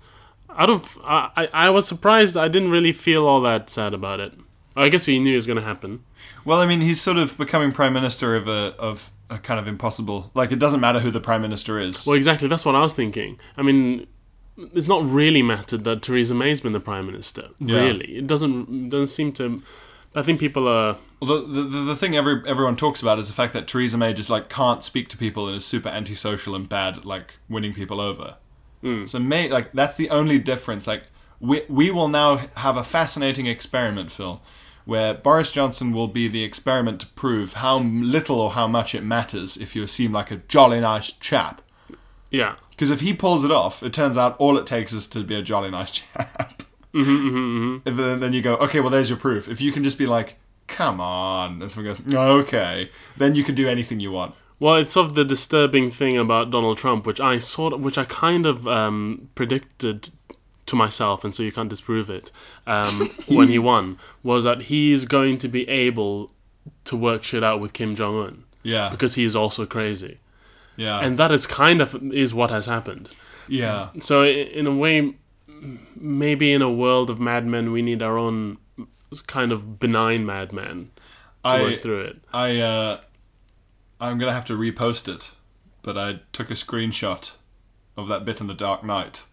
Speaker 2: I don't. f- I, I- I was surprised. I didn't really feel all that sad about it. I guess we knew it was going to happen.
Speaker 1: Well, I mean, he's sort of becoming prime minister of a of a kind of impossible. Like it doesn't matter who the prime minister is.
Speaker 2: Well, exactly. That's what I was thinking. I mean, it's not really mattered that Theresa May's been the prime minister. Really, it doesn't doesn't seem to. I think people are.
Speaker 1: Although the, the the thing every everyone talks about is the fact that Theresa May just like can't speak to people and is super antisocial and bad at like winning people over. So May like that's the only difference. Like we we will now have a fascinating experiment, Phil, where Boris Johnson will be the experiment to prove how little or how much it matters if you seem like a jolly nice chap.
Speaker 2: Yeah.
Speaker 1: Because if he pulls it off, it turns out all it takes is to be a jolly nice chap. Mm-hmm, Then, then you go, okay, well, there's your proof. If you can just be like, come on, and someone goes, okay, then you can do anything you want.
Speaker 2: Well, it's sort of the disturbing thing about Donald Trump, which I sort of, which I kind of um, predicted to myself, and so you can't disprove it. Um, when he won, was that he's going to be able to work shit out with Kim Jong Un
Speaker 1: Yeah,
Speaker 2: because he is also crazy,
Speaker 1: yeah,
Speaker 2: and that is kind of is what has happened.
Speaker 1: yeah,
Speaker 2: So i- in a way, m- maybe in a world of madmen, we need our own kind of benign madman to
Speaker 1: I-
Speaker 2: work through it.
Speaker 1: I, uh, I'm gonna have to repost it, but I took a screenshot of that bit in the Dark Knight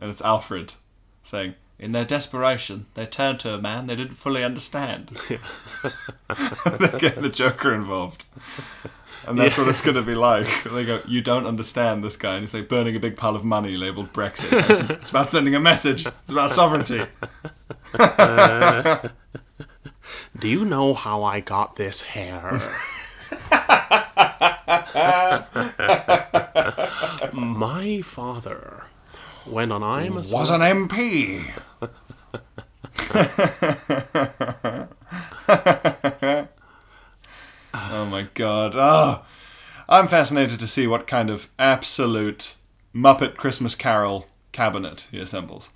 Speaker 1: and it's Alfred saying, "In their desperation, they turned to a man they didn't fully understand." they get the Joker involved, and that's what it's going to be like. They go, "You don't understand this guy," and he's like burning a big pile of money labeled Brexit. It's, it's about sending a message. It's about sovereignty.
Speaker 2: Do you know how I got this hair? My father, when an I'm a
Speaker 1: Was an MP. oh my god. Oh, I'm fascinated to see what kind of absolute Muppet Christmas Carol cabinet he assembles.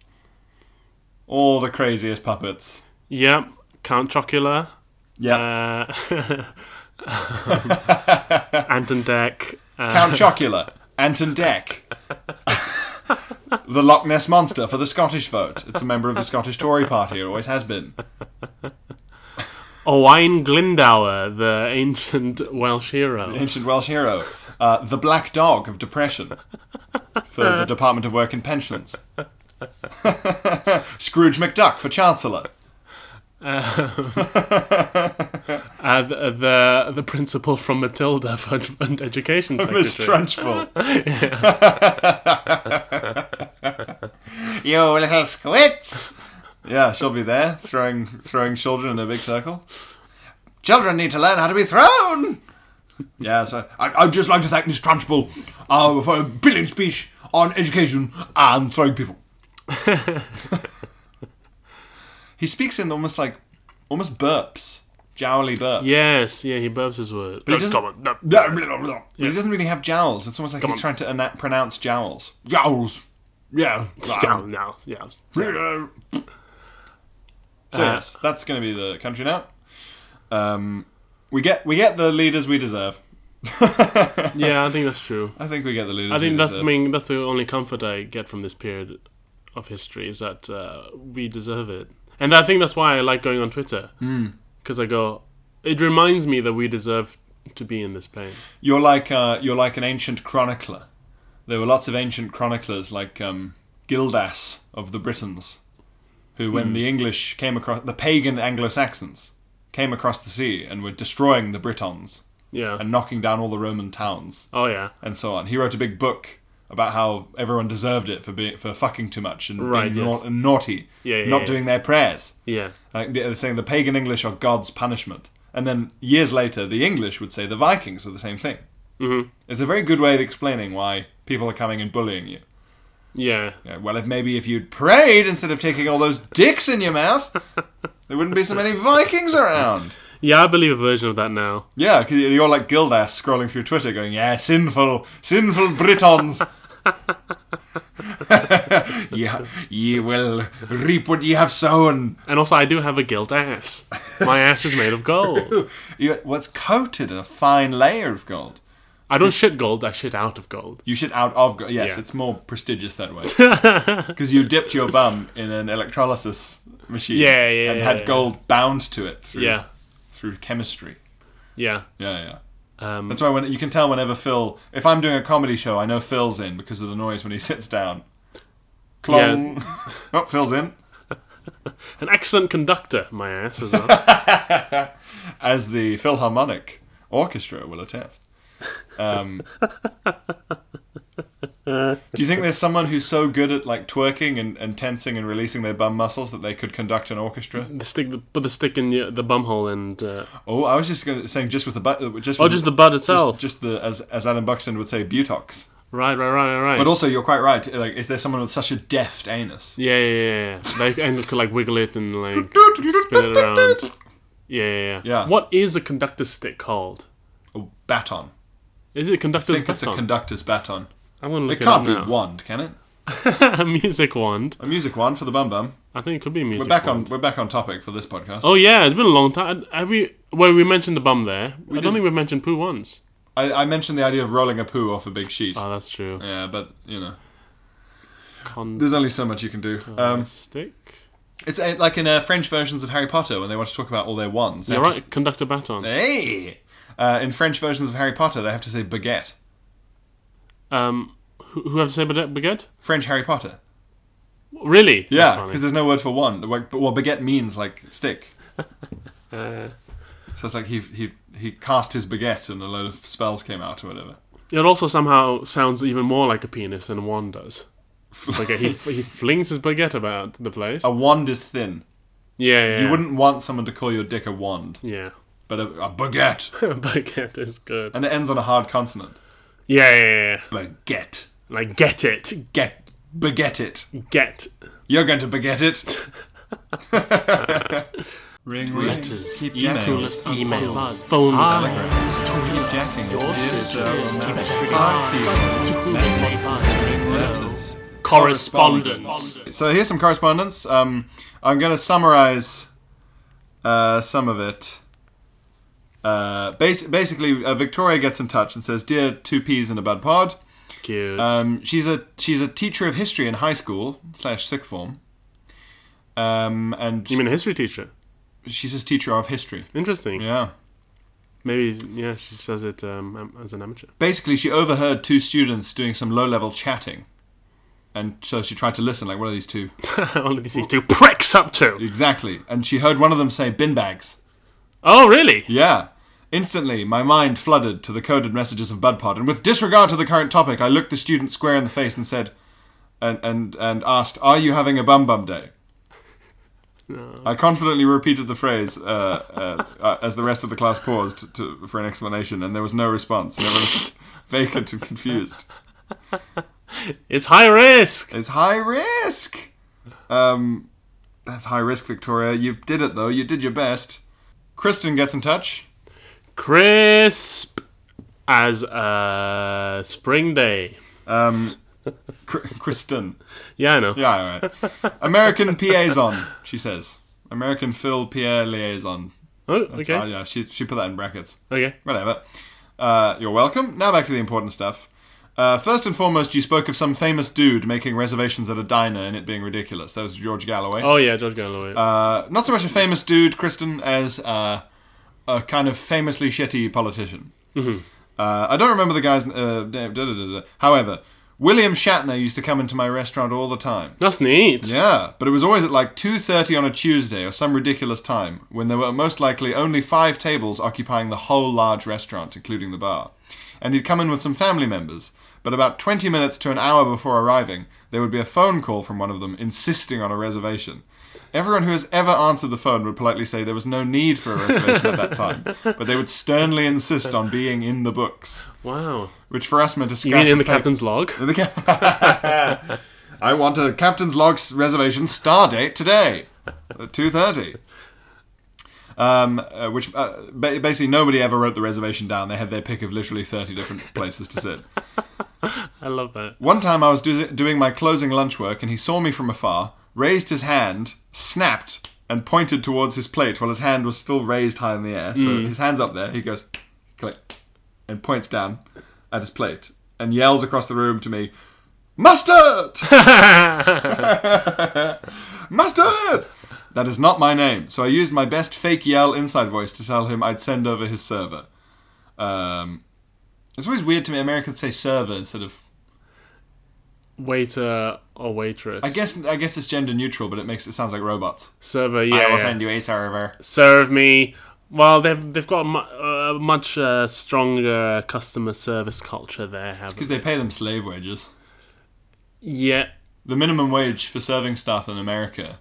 Speaker 1: All the craziest puppets.
Speaker 2: yep, Count Chocula,
Speaker 1: Yeah.
Speaker 2: uh, Anton Deck, uh,
Speaker 1: Count Chocula, Anton Deck, the Loch Ness Monster for the Scottish vote. It's a member of the Scottish Tory party, it always has been.
Speaker 2: Owain Glyndawr, the ancient Welsh hero.
Speaker 1: ancient Welsh hero, uh, the Black Dog of Depression for the Department of Work and Pensions, Scrooge McDuck for Chancellor,
Speaker 2: Uh, the, the the principal from Matilda for for education secretary.
Speaker 1: Miss Trunchbull. you little squits! Yeah, she'll be there throwing throwing children in a big circle. Children need to learn how to be thrown. Yeah, so I, I'd just like to thank Miss Trunchbull uh, for a brilliant speech on education and throwing people. he speaks in almost like almost burps, jowly burps.
Speaker 2: Yes, yeah, he burps his words.
Speaker 1: he
Speaker 2: No,
Speaker 1: doesn't-
Speaker 2: come on, no.
Speaker 1: Blah, blah, blah, blah. He doesn't really have jowls. It's almost like he's trying to ana- pronounce jowls. Jowls. Yeah.
Speaker 2: Yeah, no, yeah. Uh,
Speaker 1: so
Speaker 2: Ah.
Speaker 1: yes, that's going to be the country now. Um, we get we get the leaders we deserve.
Speaker 2: Yeah, I think that's true.
Speaker 1: I think we get the leaders.
Speaker 2: I
Speaker 1: we
Speaker 2: think that's I
Speaker 1: deserve.
Speaker 2: mean that's the only comfort I get from this period of history is that uh, we deserve it, and I think that's why I like going on Twitter because I go, it reminds me that we deserve to be in this pain.
Speaker 1: You're like uh, you're like an ancient chronicler. There were lots of ancient chroniclers like um, Gildas of the Britons, who,
Speaker 2: Hmm.
Speaker 1: when the English came across the pagan Anglo Saxons, came across the sea and were destroying the Britons
Speaker 2: Yeah.
Speaker 1: and knocking down all the Roman towns
Speaker 2: oh yeah.
Speaker 1: and so on. He wrote a big book about how everyone deserved it for being for fucking too much and
Speaker 2: Right,
Speaker 1: being
Speaker 2: yes.
Speaker 1: nau- and naughty,
Speaker 2: Yeah, yeah,
Speaker 1: not
Speaker 2: yeah.
Speaker 1: doing their prayers.
Speaker 2: Yeah.
Speaker 1: Like they're saying the pagan English are God's punishment. And then years later, the English would say the Vikings were the same thing.
Speaker 2: Mhm.
Speaker 1: It's a very good way of explaining why people are coming and bullying you.
Speaker 2: Yeah.
Speaker 1: Yeah, well, if maybe if you'd prayed instead of taking all those dicks in your mouth, there wouldn't be so many Vikings around.
Speaker 2: Yeah, I believe a version of that now.
Speaker 1: Yeah, 'cause you're like Gildas scrolling through Twitter going, yeah, sinful, sinful Britons. ye, ye will reap what ye have sown.
Speaker 2: And also, I do have a gilt ass. My ass is made of gold.
Speaker 1: You- What's coated in a fine layer of gold?
Speaker 2: I don't shit gold, I shit out of gold.
Speaker 1: You should out of gold. Yes,
Speaker 2: Yeah.
Speaker 1: it's more prestigious that way. Because you dipped your bum in an electrolysis machine
Speaker 2: Yeah, yeah,
Speaker 1: and
Speaker 2: yeah,
Speaker 1: had
Speaker 2: yeah.
Speaker 1: gold bound to it through,
Speaker 2: Yeah.
Speaker 1: through chemistry.
Speaker 2: Yeah.
Speaker 1: Yeah, yeah.
Speaker 2: Um,
Speaker 1: That's why when you can tell whenever Phil, if I'm doing a comedy show, I know Phil's in because of the noise when he sits down. Clong. oh, Phil's in.
Speaker 2: An excellent conductor, my ass is. well.
Speaker 1: As the Philharmonic Orchestra will attest. Um, do you think there's someone who's so good at like twerking and, and tensing and releasing their bum muscles that they could conduct an orchestra?
Speaker 2: the stick, the, put the stick in the, the bum hole and. Uh,
Speaker 1: Oh, I was just gonna, saying just with the butt. uh, Just
Speaker 2: oh,
Speaker 1: with
Speaker 2: just the butt
Speaker 1: Just,
Speaker 2: itself.
Speaker 1: just the as as Adam Buxton would say, butox.
Speaker 2: right, right, right, right, right.
Speaker 1: But also, you're quite right. Like, is there someone with such a deft anus?
Speaker 2: Yeah, yeah, yeah, yeah. Like, and could like wiggle it and like spin it around. Yeah, yeah, yeah.
Speaker 1: Yeah.
Speaker 2: What is a conductor's stick called?
Speaker 1: A baton.
Speaker 2: Is it
Speaker 1: I
Speaker 2: conductor's
Speaker 1: think it's a
Speaker 2: baton?
Speaker 1: conductor's baton.
Speaker 2: I'm gonna look
Speaker 1: It
Speaker 2: it,
Speaker 1: can't be
Speaker 2: up now.
Speaker 1: wand, can it?
Speaker 2: a music wand.
Speaker 1: A music wand for the bum bum.
Speaker 2: I think it could be a music.
Speaker 1: We're back
Speaker 2: wand.
Speaker 1: on we're back on topic for this podcast.
Speaker 2: Oh yeah, it's been a long time. Have we? Well, we mentioned the bum there. I
Speaker 1: did.
Speaker 2: don't think we've mentioned poo once.
Speaker 1: I, I mentioned the idea of rolling a poo off a big sheet.
Speaker 2: Oh, that's true.
Speaker 1: yeah, but you know,
Speaker 2: Con
Speaker 1: there's only so much you can do.
Speaker 2: Oh,
Speaker 1: Um,
Speaker 2: stick.
Speaker 1: it's uh, like in uh, French versions of Harry Potter when they want to talk about all their wands. they
Speaker 2: You're
Speaker 1: have to
Speaker 2: right. Conductor baton.
Speaker 1: s- Hey, uh, in French versions of Harry Potter, they have to say baguette.
Speaker 2: Um, who, who have to say baguette? baguette?
Speaker 1: French Harry Potter.
Speaker 2: Really? That's
Speaker 1: Yeah,
Speaker 2: funny.
Speaker 1: because there's no word for one. The word- Well, baguette means like stick.
Speaker 2: Uh.
Speaker 1: so it's like he he he cast his baguette and a load of spells came out or whatever.
Speaker 2: It also somehow sounds even more like a penis than one does. Like he, he flings his baguette about the place.
Speaker 1: A wand is thin.
Speaker 2: yeah, yeah.
Speaker 1: Oh, You wouldn't want someone to call your dick a wand,
Speaker 2: Yeah.
Speaker 1: but a, a baguette,
Speaker 2: baguette is good.
Speaker 1: and it ends on a hard consonant.
Speaker 2: Yeah, yeah, yeah.
Speaker 1: Baguette,
Speaker 2: Like get it,
Speaker 1: get baguette it.
Speaker 2: get.
Speaker 1: You're going to baguette it. ring ring.
Speaker 5: Letters.
Speaker 1: Keep emails.
Speaker 5: Emails.
Speaker 2: Phone
Speaker 1: Ah, Jacking
Speaker 5: Your
Speaker 1: it.
Speaker 5: sisters
Speaker 1: Yes,
Speaker 5: keep it
Speaker 1: uh, Letters.
Speaker 2: correspondence.
Speaker 1: So here's some correspondence. Um, I'm going to summarize uh, some of it. Uh, bas- basically, uh, Victoria gets in touch and says, "Dear two peas in a bad pod."
Speaker 2: Cute.
Speaker 1: Um, she's a she's a teacher of history in high school slash sixth form. Um, and
Speaker 2: you mean a history teacher?
Speaker 1: she's his teacher of history.
Speaker 2: Interesting.
Speaker 1: Yeah.
Speaker 2: Maybe yeah, she says it um, am- as an amateur.
Speaker 1: Basically, she overheard two students doing some low level chatting, and so she tried to listen. Like, what are these two
Speaker 2: Only these two pricks up to.
Speaker 1: exactly? And she heard one of them say bin bags.
Speaker 2: Oh really?
Speaker 1: Yeah. Instantly, my mind flooded to the coded messages of Budpod, and with disregard to the current topic, I looked the student square in the face and said, and, and, and asked, Are you having a bum bum day? I confidently repeated the phrase uh, uh, uh, as the rest of the class paused to, for an explanation, and there was no response. And everyone was just vacant and confused.
Speaker 2: It's high risk.
Speaker 1: It's high risk. Um, that's high risk, Victoria. You did it, though. You did your best. Kristen gets in touch.
Speaker 2: Crisp as a spring day.
Speaker 1: Kr- Kristen.
Speaker 2: Yeah, I know.
Speaker 1: Yeah, all right. American liaison, she says. American Phil Pierre liaison.
Speaker 2: Oh,
Speaker 1: That's
Speaker 2: okay.
Speaker 1: right, yeah, she, she put that in brackets.
Speaker 2: Okay.
Speaker 1: Whatever. Uh, you're welcome. Now back to the important stuff. Uh, first and foremost, you spoke of some famous dude making reservations at a diner and it being ridiculous. That was George Galloway.
Speaker 2: Oh yeah, George Galloway.
Speaker 1: Uh, not so much a famous dude, Kristen, as uh, a kind of famously shitty politician.
Speaker 2: Mm-hmm.
Speaker 1: Uh, I don't remember the guy's uh, name. da, da, da, da. However, William Shatner used to come into my restaurant all the time.
Speaker 2: That's neat.
Speaker 1: Yeah, but it was always at like 2:30 on a Tuesday or some ridiculous time when there were most likely only 5 tables occupying the whole large restaurant including the bar. And he'd come in with some family members, but about 20 minutes to an hour before arriving, there would be a phone call from one of them insisting on a reservation. Everyone who has ever answered the phone would politely say there was no need for a reservation at that time, but they would sternly insist on being in the books,
Speaker 2: Wow.
Speaker 1: which for us meant a
Speaker 2: You
Speaker 1: scrap
Speaker 2: mean in the
Speaker 1: of paper.
Speaker 2: captain's log?
Speaker 1: The ca- I want a captain's log reservation star date today, at two thirty. Um, uh, which uh, ba- basically nobody ever wrote the reservation down. They had their pick of literally thirty different places to sit.
Speaker 2: I love that.
Speaker 1: One time I was do- doing my closing lunch work, and he saw me from afar, raised his hand, snapped, and pointed towards his plate while his hand was still raised high in the air. So his hand's up there. He goes, click, and points down at his plate and yells across the room to me, Mustard! Mustard! That is not my name, so I used my best fake yell inside voice to tell him I'd send over his server. Um, it's always weird to me Americans say server instead of.
Speaker 2: Waiter or waitress.
Speaker 1: I guess I guess it's gender neutral, but it makes it sounds like robots.
Speaker 2: server. Yeah. yeah.
Speaker 1: you a server.
Speaker 2: Serve me. Well, they've they've got a mu- uh, much uh, stronger customer service culture there,
Speaker 1: Because
Speaker 2: haven't?
Speaker 1: they pay them slave wages.
Speaker 2: Yeah.
Speaker 1: The minimum wage for serving staff in America,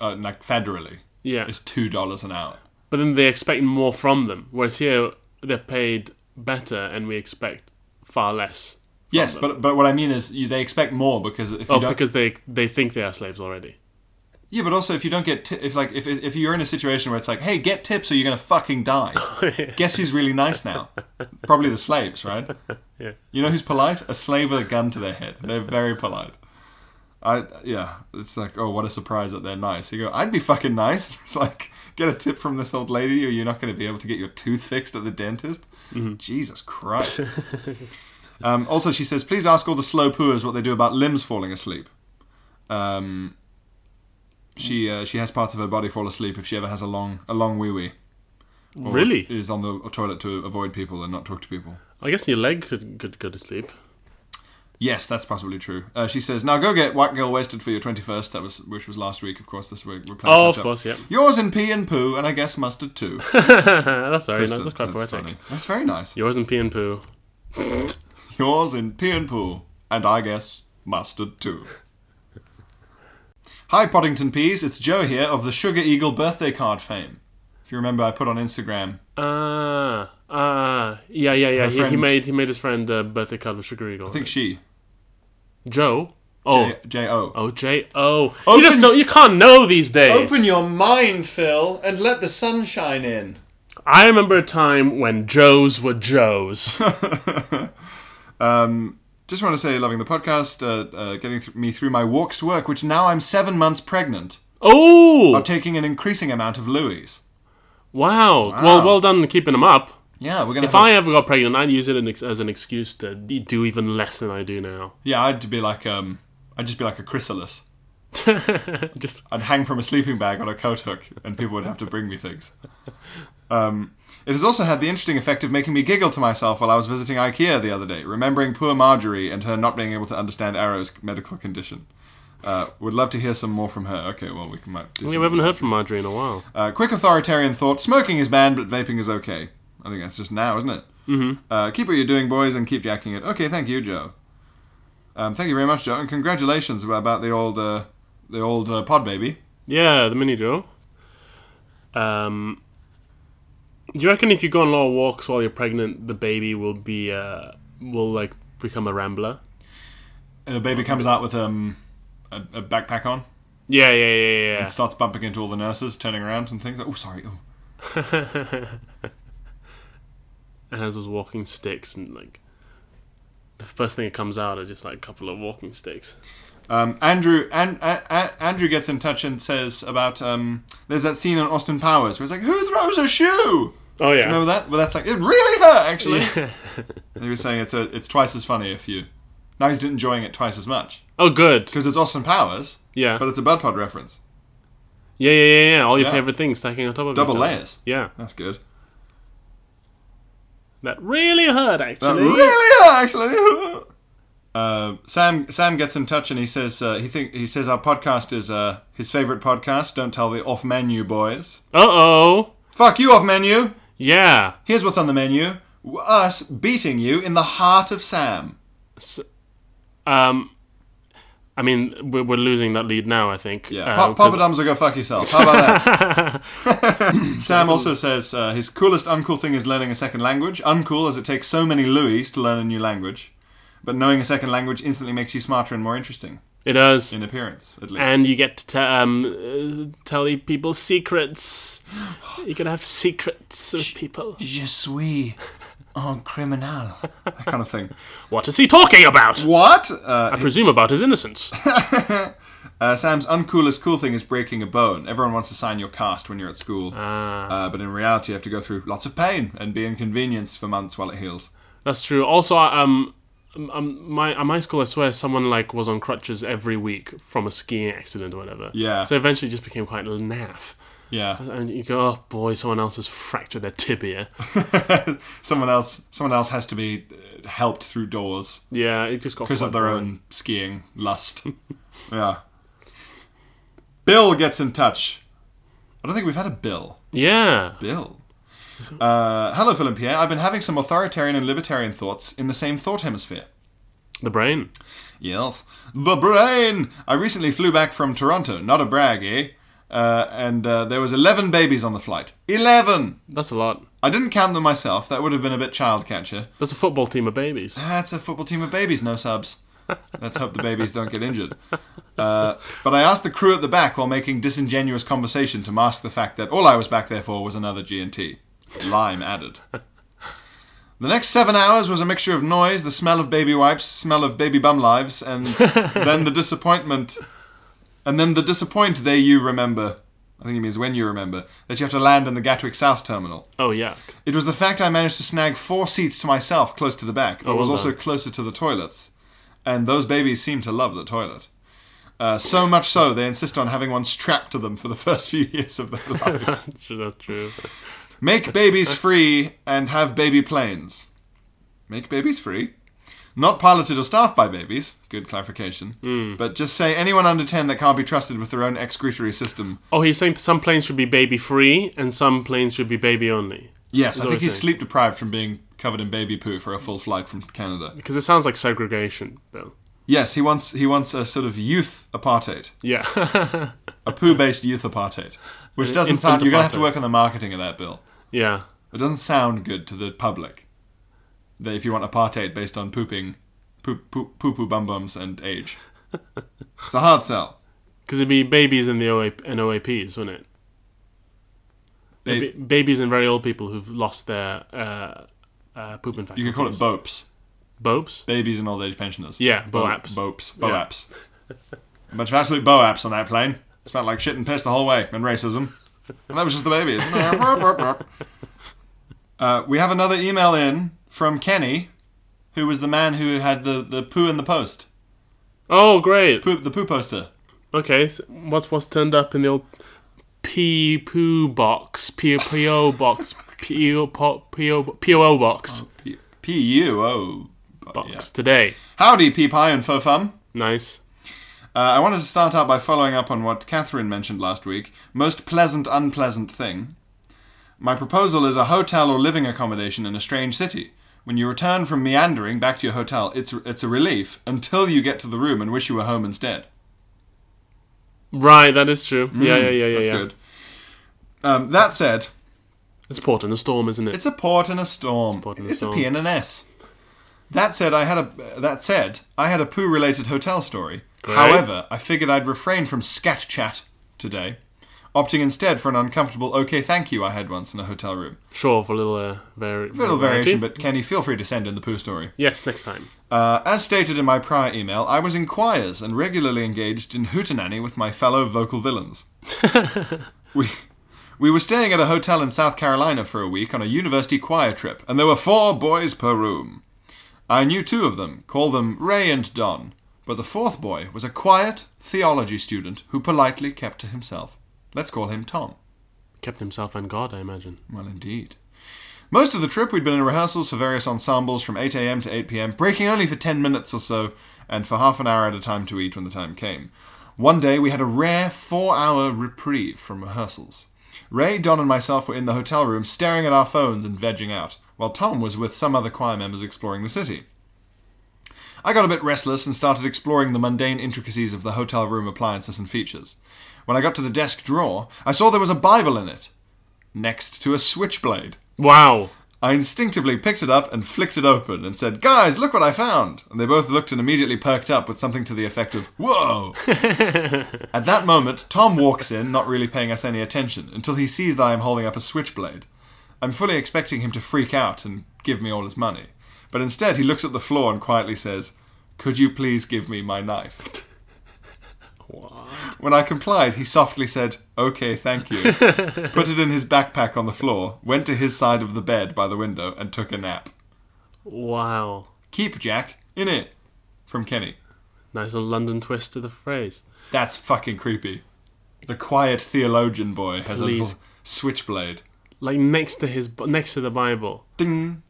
Speaker 1: uh, like federally,
Speaker 2: Yeah.
Speaker 1: is two dollars an hour.
Speaker 2: But then they expect more from them, whereas here they're paid better, and we expect far less.
Speaker 1: Yes, but but what I mean is you, they expect more because if you
Speaker 2: Oh,
Speaker 1: don't,
Speaker 2: because they they think they are slaves already.
Speaker 1: yeah, but also if you don't get ti if like if if you're in a situation where it's like, hey, get tips or you're gonna fucking die. Guess who's really nice now? Probably the slaves, right?
Speaker 2: Yeah.
Speaker 1: You know who's polite? A slave with a gun to their head. They're very polite. I yeah, it's like oh what a surprise that they're nice. You go, I'd be fucking nice. It's like get a tip from this old lady, or you're not going to be able to get your tooth fixed at the dentist. Jesus Christ. um, also, she says, please ask all the slow pooers what they do about limbs falling asleep. Um, she uh, she has parts of her body fall asleep if she ever has a long a long wee wee. or
Speaker 2: Really?
Speaker 1: is on the toilet to avoid people and not talk to people.
Speaker 2: I guess your leg could could go to sleep.
Speaker 1: Yes, that's possibly true. Uh, she says, "Now go get White Girl Wasted for your twenty-first. That was which was last week, of course. This week we're playing
Speaker 2: Oh,
Speaker 1: catch
Speaker 2: of
Speaker 1: up.
Speaker 2: course, yep.
Speaker 1: Yours in pee and poo, and I guess mustard too.
Speaker 2: that's very nice.
Speaker 1: Kristen,
Speaker 2: That's quite poetic.
Speaker 1: funny. That's very nice.
Speaker 2: Yours and pee and poo.
Speaker 1: Yours in pee and poo, and I guess mustard too. Hi, Poddington Peas. It's Joe here of the Sugar Eagle birthday card fame. If you remember, I put on Instagram.
Speaker 2: Ah, ah, yeah, yeah, yeah.
Speaker 1: Her
Speaker 2: He, he
Speaker 1: friend-
Speaker 2: made he made his friend a birthday card with sugar eagle.
Speaker 1: I think she.
Speaker 2: Joe. Oh,
Speaker 1: J- J-O.
Speaker 2: oh, J O.
Speaker 1: Open-
Speaker 2: You just don't. You can't know these days.
Speaker 1: Open your mind, Phil, and let the sunshine in.
Speaker 2: I remember a time when Joes were Joes.
Speaker 1: Just want to say, loving the podcast, uh, uh, getting th- me through my walks to work, which now I'm seven months pregnant,
Speaker 2: oh,
Speaker 1: are taking an increasing amount of Louis.
Speaker 2: wow. Well, well done keeping them up.
Speaker 1: Yeah, we're gonna.
Speaker 2: If
Speaker 1: have a-
Speaker 2: I ever got pregnant, I'd use it an ex- as an excuse to d- do even less than I do now.
Speaker 1: yeah, I'd be like, um, I'd just be like a chrysalis.
Speaker 2: Just
Speaker 1: I'd hang from a sleeping bag on a coat hook, and people would have to bring me things. Um, it has also had the interesting effect of making me giggle to myself while I was visiting IKEA the other day, remembering poor Marjorie and her not being able to understand Arrow's medical condition. Uh, would love to hear some more from her. Okay, well, we can might. do
Speaker 2: we
Speaker 1: some-
Speaker 2: haven't heard from Marjorie in a while.
Speaker 1: Uh, quick authoritarian thought smoking is banned, but vaping is okay. I think that's just now, isn't it? Mm-hmm. Uh, keep what you're doing, boys, and keep jacking it. Okay, thank you, Joe. Um, thank you very much, Joe, and congratulations about the old uh, the old uh, pod baby.
Speaker 2: Yeah, the mini Joe. Um, do you reckon if you go on long walks while you're pregnant, the baby will be uh, will like become a rambler?
Speaker 1: And the baby comes out with um, a, a backpack on,
Speaker 2: Yeah, yeah, yeah,
Speaker 1: starts bumping into all the nurses, turning around and things. Oh, sorry. Oh.
Speaker 2: yeah. and has those walking sticks and like the first thing that comes out are just like a couple of walking sticks.
Speaker 1: Um, Andrew and, and, Andrew gets in touch and says about um, there's that scene in Austin Powers where it's like who throws a shoe.
Speaker 2: Oh yeah.
Speaker 1: Remember that? Well, that's like it really hurt. Actually, he was saying it's a, it's twice as funny if you. Now he's enjoying it twice as much
Speaker 2: Oh good.
Speaker 1: because it's Austin Powers,
Speaker 2: Yeah.
Speaker 1: but it's a Bud Pod reference.
Speaker 2: yeah, yeah, yeah, yeah. All your
Speaker 1: Yeah.
Speaker 2: favorite things stacking on top of
Speaker 1: Double
Speaker 2: each other.
Speaker 1: layers.
Speaker 2: Yeah.
Speaker 1: That's good.
Speaker 2: That really hurt
Speaker 1: That
Speaker 2: actually.
Speaker 1: really hurt, actually. Uh, Sam Sam gets in touch and he says uh, he think he says our podcast is uh, his favorite podcast. Don't tell the off menu boys.
Speaker 2: Uh oh.
Speaker 1: Fuck you off menu.
Speaker 2: Yeah.
Speaker 1: Here's what's on the menu: us beating you in the heart of Sam.
Speaker 2: Um, I mean, we're, we're losing that lead now. I think.
Speaker 1: Yeah,
Speaker 2: Uh,
Speaker 1: Pop, Papa
Speaker 2: 'cause-
Speaker 1: Dums will go fuck yourself. How about that? Sam also says uh, his coolest uncool thing is learning a second language. Uncool as it takes so many Louis to learn a new language, but knowing a second language instantly makes you smarter and more interesting
Speaker 2: It does.
Speaker 1: in appearance, at least.
Speaker 2: And you get to te- um, uh, tell people secrets. You can have secrets with people.
Speaker 1: Je suis un criminal. That kind of thing.
Speaker 2: What is he talking about?
Speaker 1: What? Uh,
Speaker 2: I presume about his innocence.
Speaker 1: uh, Sam's uncoolest cool thing is breaking a bone. Everyone wants to sign your cast when you're at school, uh, but in reality, you have to go through lots of pain and be inconvenienced for months while it heals.
Speaker 2: That's true. Also, I- um, um, my at my school, I swear, someone like was on crutches every week from a skiing accident or whatever.
Speaker 1: Yeah.
Speaker 2: So eventually, it just became quite naff.
Speaker 1: Yeah.
Speaker 2: And you go, oh boy, someone else has fractured their tibia.
Speaker 1: someone else someone else has to be uh, helped through doors
Speaker 2: Yeah, it just got
Speaker 1: because of
Speaker 2: quite
Speaker 1: their
Speaker 2: boring.
Speaker 1: own skiing lust. yeah. Bill gets in touch. I don't think we've had a Bill.
Speaker 2: Yeah.
Speaker 1: Bill. Uh, hello, Phil and Pierre. I've been having some authoritarian and libertarian thoughts in the same thought hemisphere.
Speaker 2: The brain.
Speaker 1: Yes. The brain! I recently flew back from Toronto, not a brag, eh? Uh, and uh, there was 11 babies on the flight. 11!
Speaker 2: That's a lot.
Speaker 1: I didn't count them myself. That would have been a bit child catcher.
Speaker 2: That's a football team of babies.
Speaker 1: That's a football team of babies, no subs. Let's hope the babies don't get injured. Uh, but I asked the crew at the back while making disingenuous conversation to mask the fact that all I was back there for was another G&T. Lime added. The next seven hours was a mixture of noise, the smell of baby wipes, smell of baby bum lives, and then the disappointment. And then the disappoint they you remember. I think he means when you remember that you have to land in the Gatwick South Terminal.
Speaker 2: Oh yuck.
Speaker 1: It was the fact I managed to snag four seats to myself close to the back, but
Speaker 2: Oh, well
Speaker 1: was also
Speaker 2: done.
Speaker 1: closer to the toilets. And those babies seem to love the toilet. Uh, so much so, they insist on having one strapped to them for the first few years of their life.
Speaker 2: That's true. That's true.
Speaker 1: Make babies free and have baby planes. Make babies free? Not piloted or staffed by babies, good clarification,
Speaker 2: Hmm.
Speaker 1: but just say anyone under 10 that can't be trusted with their own excretory system.
Speaker 2: Oh, he's saying some planes should be baby free and some planes should be baby only.
Speaker 1: Yes, I
Speaker 2: what
Speaker 1: think
Speaker 2: we're
Speaker 1: he's
Speaker 2: saying.
Speaker 1: sleep deprived from being covered in baby poo for a full flight from Canada.
Speaker 2: Because it sounds like segregation, Bill.
Speaker 1: Yes, he wants he wants a sort of youth apartheid,
Speaker 2: Yeah.
Speaker 1: a poo-based youth apartheid, which doesn't
Speaker 2: Infant
Speaker 1: sound. You're gonna have to
Speaker 2: apartheid.
Speaker 1: work on the marketing of that bill.
Speaker 2: yeah.
Speaker 1: It doesn't sound good to the public. That if you want apartheid based on pooping, poop poop poo poo bum bums and age, it's a hard sell.
Speaker 2: Because it'd be babies and the OA- and OAPs, wouldn't it?
Speaker 1: Ba-
Speaker 2: Ba- babies and very old people who've lost their uh, uh, poop infections.
Speaker 1: you could call it BOPs,
Speaker 2: Bopes.
Speaker 1: babies and old age pensioners.
Speaker 2: Yeah,
Speaker 1: Bo-
Speaker 2: BOAPs.
Speaker 1: BOPs, BOAPs. a bunch of absolute BOAPs on that plane. It smelled like shit and piss the whole way, and racism. And that was just the babies. uh, we have another email in from Kenny, who was the man who had the, the poo in the post,
Speaker 2: Oh, great.
Speaker 1: poo, the poo poster.
Speaker 2: Okay, so what's what's turned up in the old P poo box, P P O box, P O po- P O P O O box
Speaker 1: P- P-U-O.
Speaker 2: box
Speaker 1: Oh, yeah.
Speaker 2: today?
Speaker 1: Howdy, P Pie and Fo Fum.
Speaker 2: Nice.
Speaker 1: Uh, I wanted to start out by following up on what Catherine mentioned last week most pleasant, unpleasant thing. My proposal is a hotel or living accommodation in a strange city. When you return from meandering back to your hotel, it's, it's a relief until you get to the room and wish you were home instead.
Speaker 2: Right, that is true. yeah, yeah, yeah, yeah.
Speaker 1: Mm, That's
Speaker 2: yeah.
Speaker 1: good. Um, that said,
Speaker 2: It's port in a storm, isn't it?
Speaker 1: It's a port in a storm. It's a,
Speaker 2: port in a storm.
Speaker 1: P and an S. That said, I had a that said I had a poo-related hotel story.
Speaker 2: Great.
Speaker 1: However, I figured I'd refrain from scat chat today, opting instead for an uncomfortable "Okay, thank you" I had once in a hotel room.
Speaker 2: sure for a little uh, vari-
Speaker 1: A little variation,
Speaker 2: variety.
Speaker 1: but Kenny, feel free to send in the poo story.
Speaker 2: yes, next time.
Speaker 1: Uh, as stated in my prior email, I was in choirs and regularly engaged in hootenanny with my fellow vocal villains. we, we were staying at a hotel in South Carolina for a week on a university choir trip, and there were four boys per room. I knew two of them, call them Ray and Don, but the fourth boy was a quiet theology student who politely kept to himself. Let's call him Tom.
Speaker 2: Kept himself and God, I imagine.
Speaker 1: Well, indeed. Most of the trip, we'd been in rehearsals for various ensembles from 8 a.m. to 8 p.m., breaking only for 10 minutes or so, and for half an hour at a time to eat when the time came. One day, we had a rare four hour reprieve from rehearsals. Ray, Don, and myself were in the hotel room staring at our phones and vegging out, while Tom was with some other choir members exploring the city. I got a bit restless and started exploring the mundane intricacies of the hotel room appliances and features. When I got to the desk drawer, I saw there was a Bible in it next to a switchblade.
Speaker 2: Wow.
Speaker 1: I instinctively picked it up and flicked it open and said, Guys, look what I found! And they both looked and immediately perked up with something to the effect of, Whoa! At that moment, Tom walks in, not really paying us any attention, until he sees that I am holding up a switchblade. I'm fully expecting him to freak out and give me all his money. But instead, he looks at the floor and quietly says, Could you please give me my knife? When I complied, he softly said, Okay, thank you, put it in his backpack on the floor, went to his side of the bed by the window, and took a nap.
Speaker 2: Wow.
Speaker 1: Keep Jack in it. From Kenny.
Speaker 2: Nice little London twist to the phrase.
Speaker 1: That's fucking creepy. The quiet theologian boy has
Speaker 2: Please.
Speaker 1: a little switchblade.
Speaker 2: Like next to his, next to the Bible.
Speaker 1: Ding.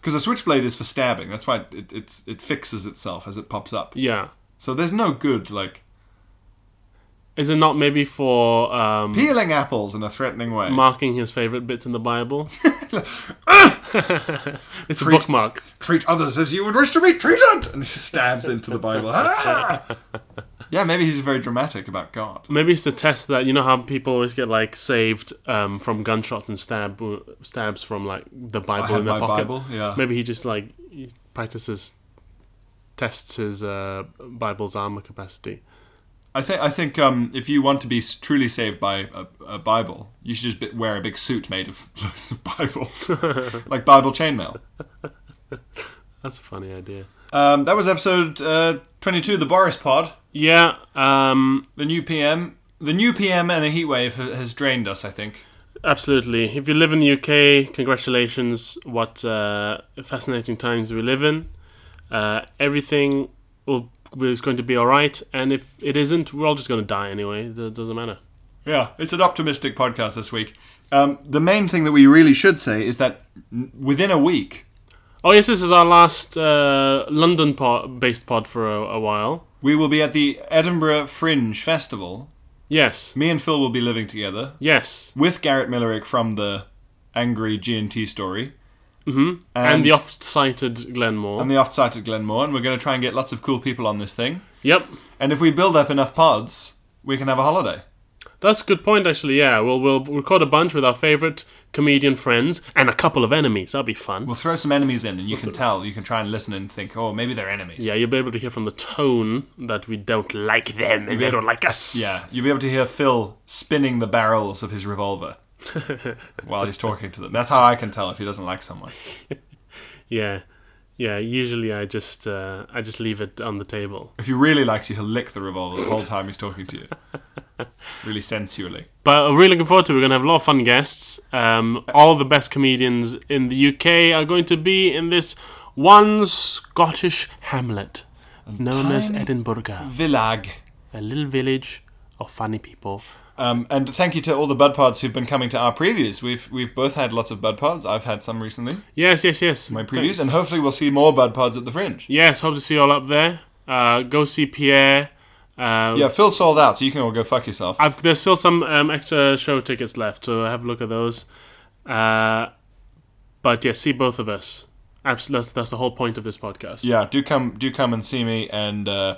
Speaker 1: Because a switchblade is for stabbing. That's why it, it's, it fixes itself as it pops up.
Speaker 2: Yeah.
Speaker 1: So there's no good, like,
Speaker 2: Is it not maybe for um,
Speaker 1: peeling apples in a threatening way.
Speaker 2: marking his favorite bits in the Bible. it's a bookmark.
Speaker 1: treat others as you would wish to be treated! And he stabs into the Bible. Ah! yeah, maybe he's very dramatic about God.
Speaker 2: Maybe it's to test that you know how people always get like saved um, from gunshots and stab stabs from like the Bible
Speaker 1: had
Speaker 2: in their
Speaker 1: my
Speaker 2: pocket.
Speaker 1: Bible, yeah.
Speaker 2: Maybe he just like he practices tests his uh, Bible's armor capacity.
Speaker 1: I think I think um, if you want to be s- truly saved by a, a Bible, you should just be- wear a big suit made of loads of Bibles, like Bible chainmail.
Speaker 2: That's a funny idea.
Speaker 1: Um, that was episode uh, twenty-two, the Boris Pod,
Speaker 2: Yeah. Um,
Speaker 1: the new PM, the new PM, and the heat wave ha- has drained us. I think.
Speaker 2: Absolutely. If you live in the UK, congratulations. What uh, fascinating times we live in. Uh, everything will, is going to be all right. And if it isn't, we're all just going to die anyway. It doesn't matter.
Speaker 1: Yeah, it's an optimistic podcast this week. Um, the main thing that we really should say is that n- within a week,
Speaker 2: Oh yes, this is our last uh, London pod- based pod for a, a while.
Speaker 1: We will be at the Edinburgh Fringe Festival.
Speaker 2: Yes,
Speaker 1: Me and Phil will be living together
Speaker 2: yes,
Speaker 1: with Garrett Millerick from the Angry G&T story
Speaker 2: Mm-hmm. and,
Speaker 1: And-
Speaker 2: the oft-cited Glenmore.
Speaker 1: and the offsite at Glenmore, and we're going to try and get lots of cool people on this thing.
Speaker 2: yep,
Speaker 1: And if we build up enough pods, we can have a holiday.
Speaker 2: that's a good point actually. Yeah, we'll we'll record a bunch with our favourite comedian friends and a couple of enemies. That'll be fun.
Speaker 1: We'll throw some enemies in, and you can tell. You can try and listen and think, oh, maybe they're enemies.
Speaker 2: yeah, you'll be able to hear from the tone that we don't like them and they don't like us.
Speaker 1: Yeah, you'll be able to hear Phil spinning the barrels of his revolver while he's talking to them. That's how I can tell if he doesn't like someone.
Speaker 2: yeah, yeah. Usually, I just uh, I just leave it on the table.
Speaker 1: If he really likes you, he'll lick the revolver the whole time he's talking to you. Really sensually.
Speaker 2: But I'm really looking forward to it. We're going to have a lot of fun guests. Um, all the best comedians in the UK are going to be in this one Scottish hamlet known as
Speaker 1: tiny-
Speaker 2: Edinburgh,
Speaker 1: Villag.
Speaker 2: a little village of funny people.
Speaker 1: Um, and thank you to all the bud pods who've been coming to our previews. We've we've both had lots of bud pods. I've had some recently.
Speaker 2: Yes, yes, yes.
Speaker 1: My previews,
Speaker 2: Thanks.
Speaker 1: and hopefully we'll see more bud pods at the fringe.
Speaker 2: yes, hope to see you all up there. Uh, go see Pierre. Uh,
Speaker 1: Yeah, Phil sold out, so you can all go fuck yourself.
Speaker 2: I've, there's still some um, extra show tickets left, so have a look at those. Uh, but yeah, see both of us. Abs- that's, that's the whole point of this podcast.
Speaker 1: yeah, do come do come and see me. And uh,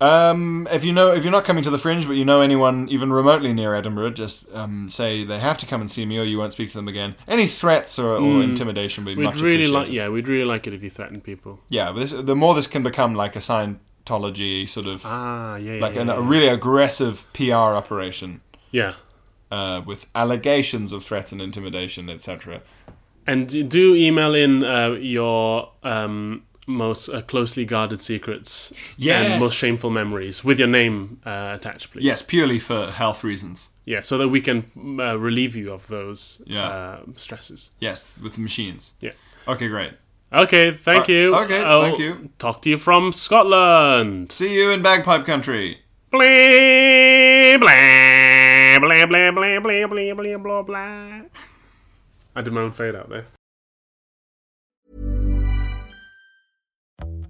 Speaker 1: um, if you know if you're not coming to the fringe, but you know anyone even remotely near Edinburgh, just um, say they have to come and see me, or you won't speak to them again. Any threats or, or intimidation would be
Speaker 2: Hmm. We'd
Speaker 1: much
Speaker 2: really
Speaker 1: appreciated.
Speaker 2: like, yeah, we'd really like it if you threatened people.
Speaker 1: Yeah, but this, the more this can become like a Scientology sort of
Speaker 2: Ah, yeah, yeah,
Speaker 1: like uh,
Speaker 2: yeah,
Speaker 1: an,
Speaker 2: yeah.
Speaker 1: a really aggressive PR operation
Speaker 2: yeah.
Speaker 1: uh, with allegations of threats and intimidation, etc.
Speaker 2: And y- do email in uh, your um, most uh, closely guarded secrets and
Speaker 1: Yes.
Speaker 2: most shameful memories with your name uh, attached, please.
Speaker 1: Yes, purely for health reasons.
Speaker 2: Yeah, so that we can uh, relieve you of those
Speaker 1: Yeah.
Speaker 2: uh, stresses.
Speaker 1: Yes, with machines.
Speaker 2: Yeah.
Speaker 1: Okay, great.
Speaker 2: Okay, thank
Speaker 1: Uh,
Speaker 2: you.
Speaker 1: okay,
Speaker 2: I'll
Speaker 1: thank you.
Speaker 2: Talk to you from Scotland.
Speaker 1: See you in bagpipe country.
Speaker 2: Blah, blah, blah, blah, blah, blah, blah, blah, blah, blah. I did my own fade out there.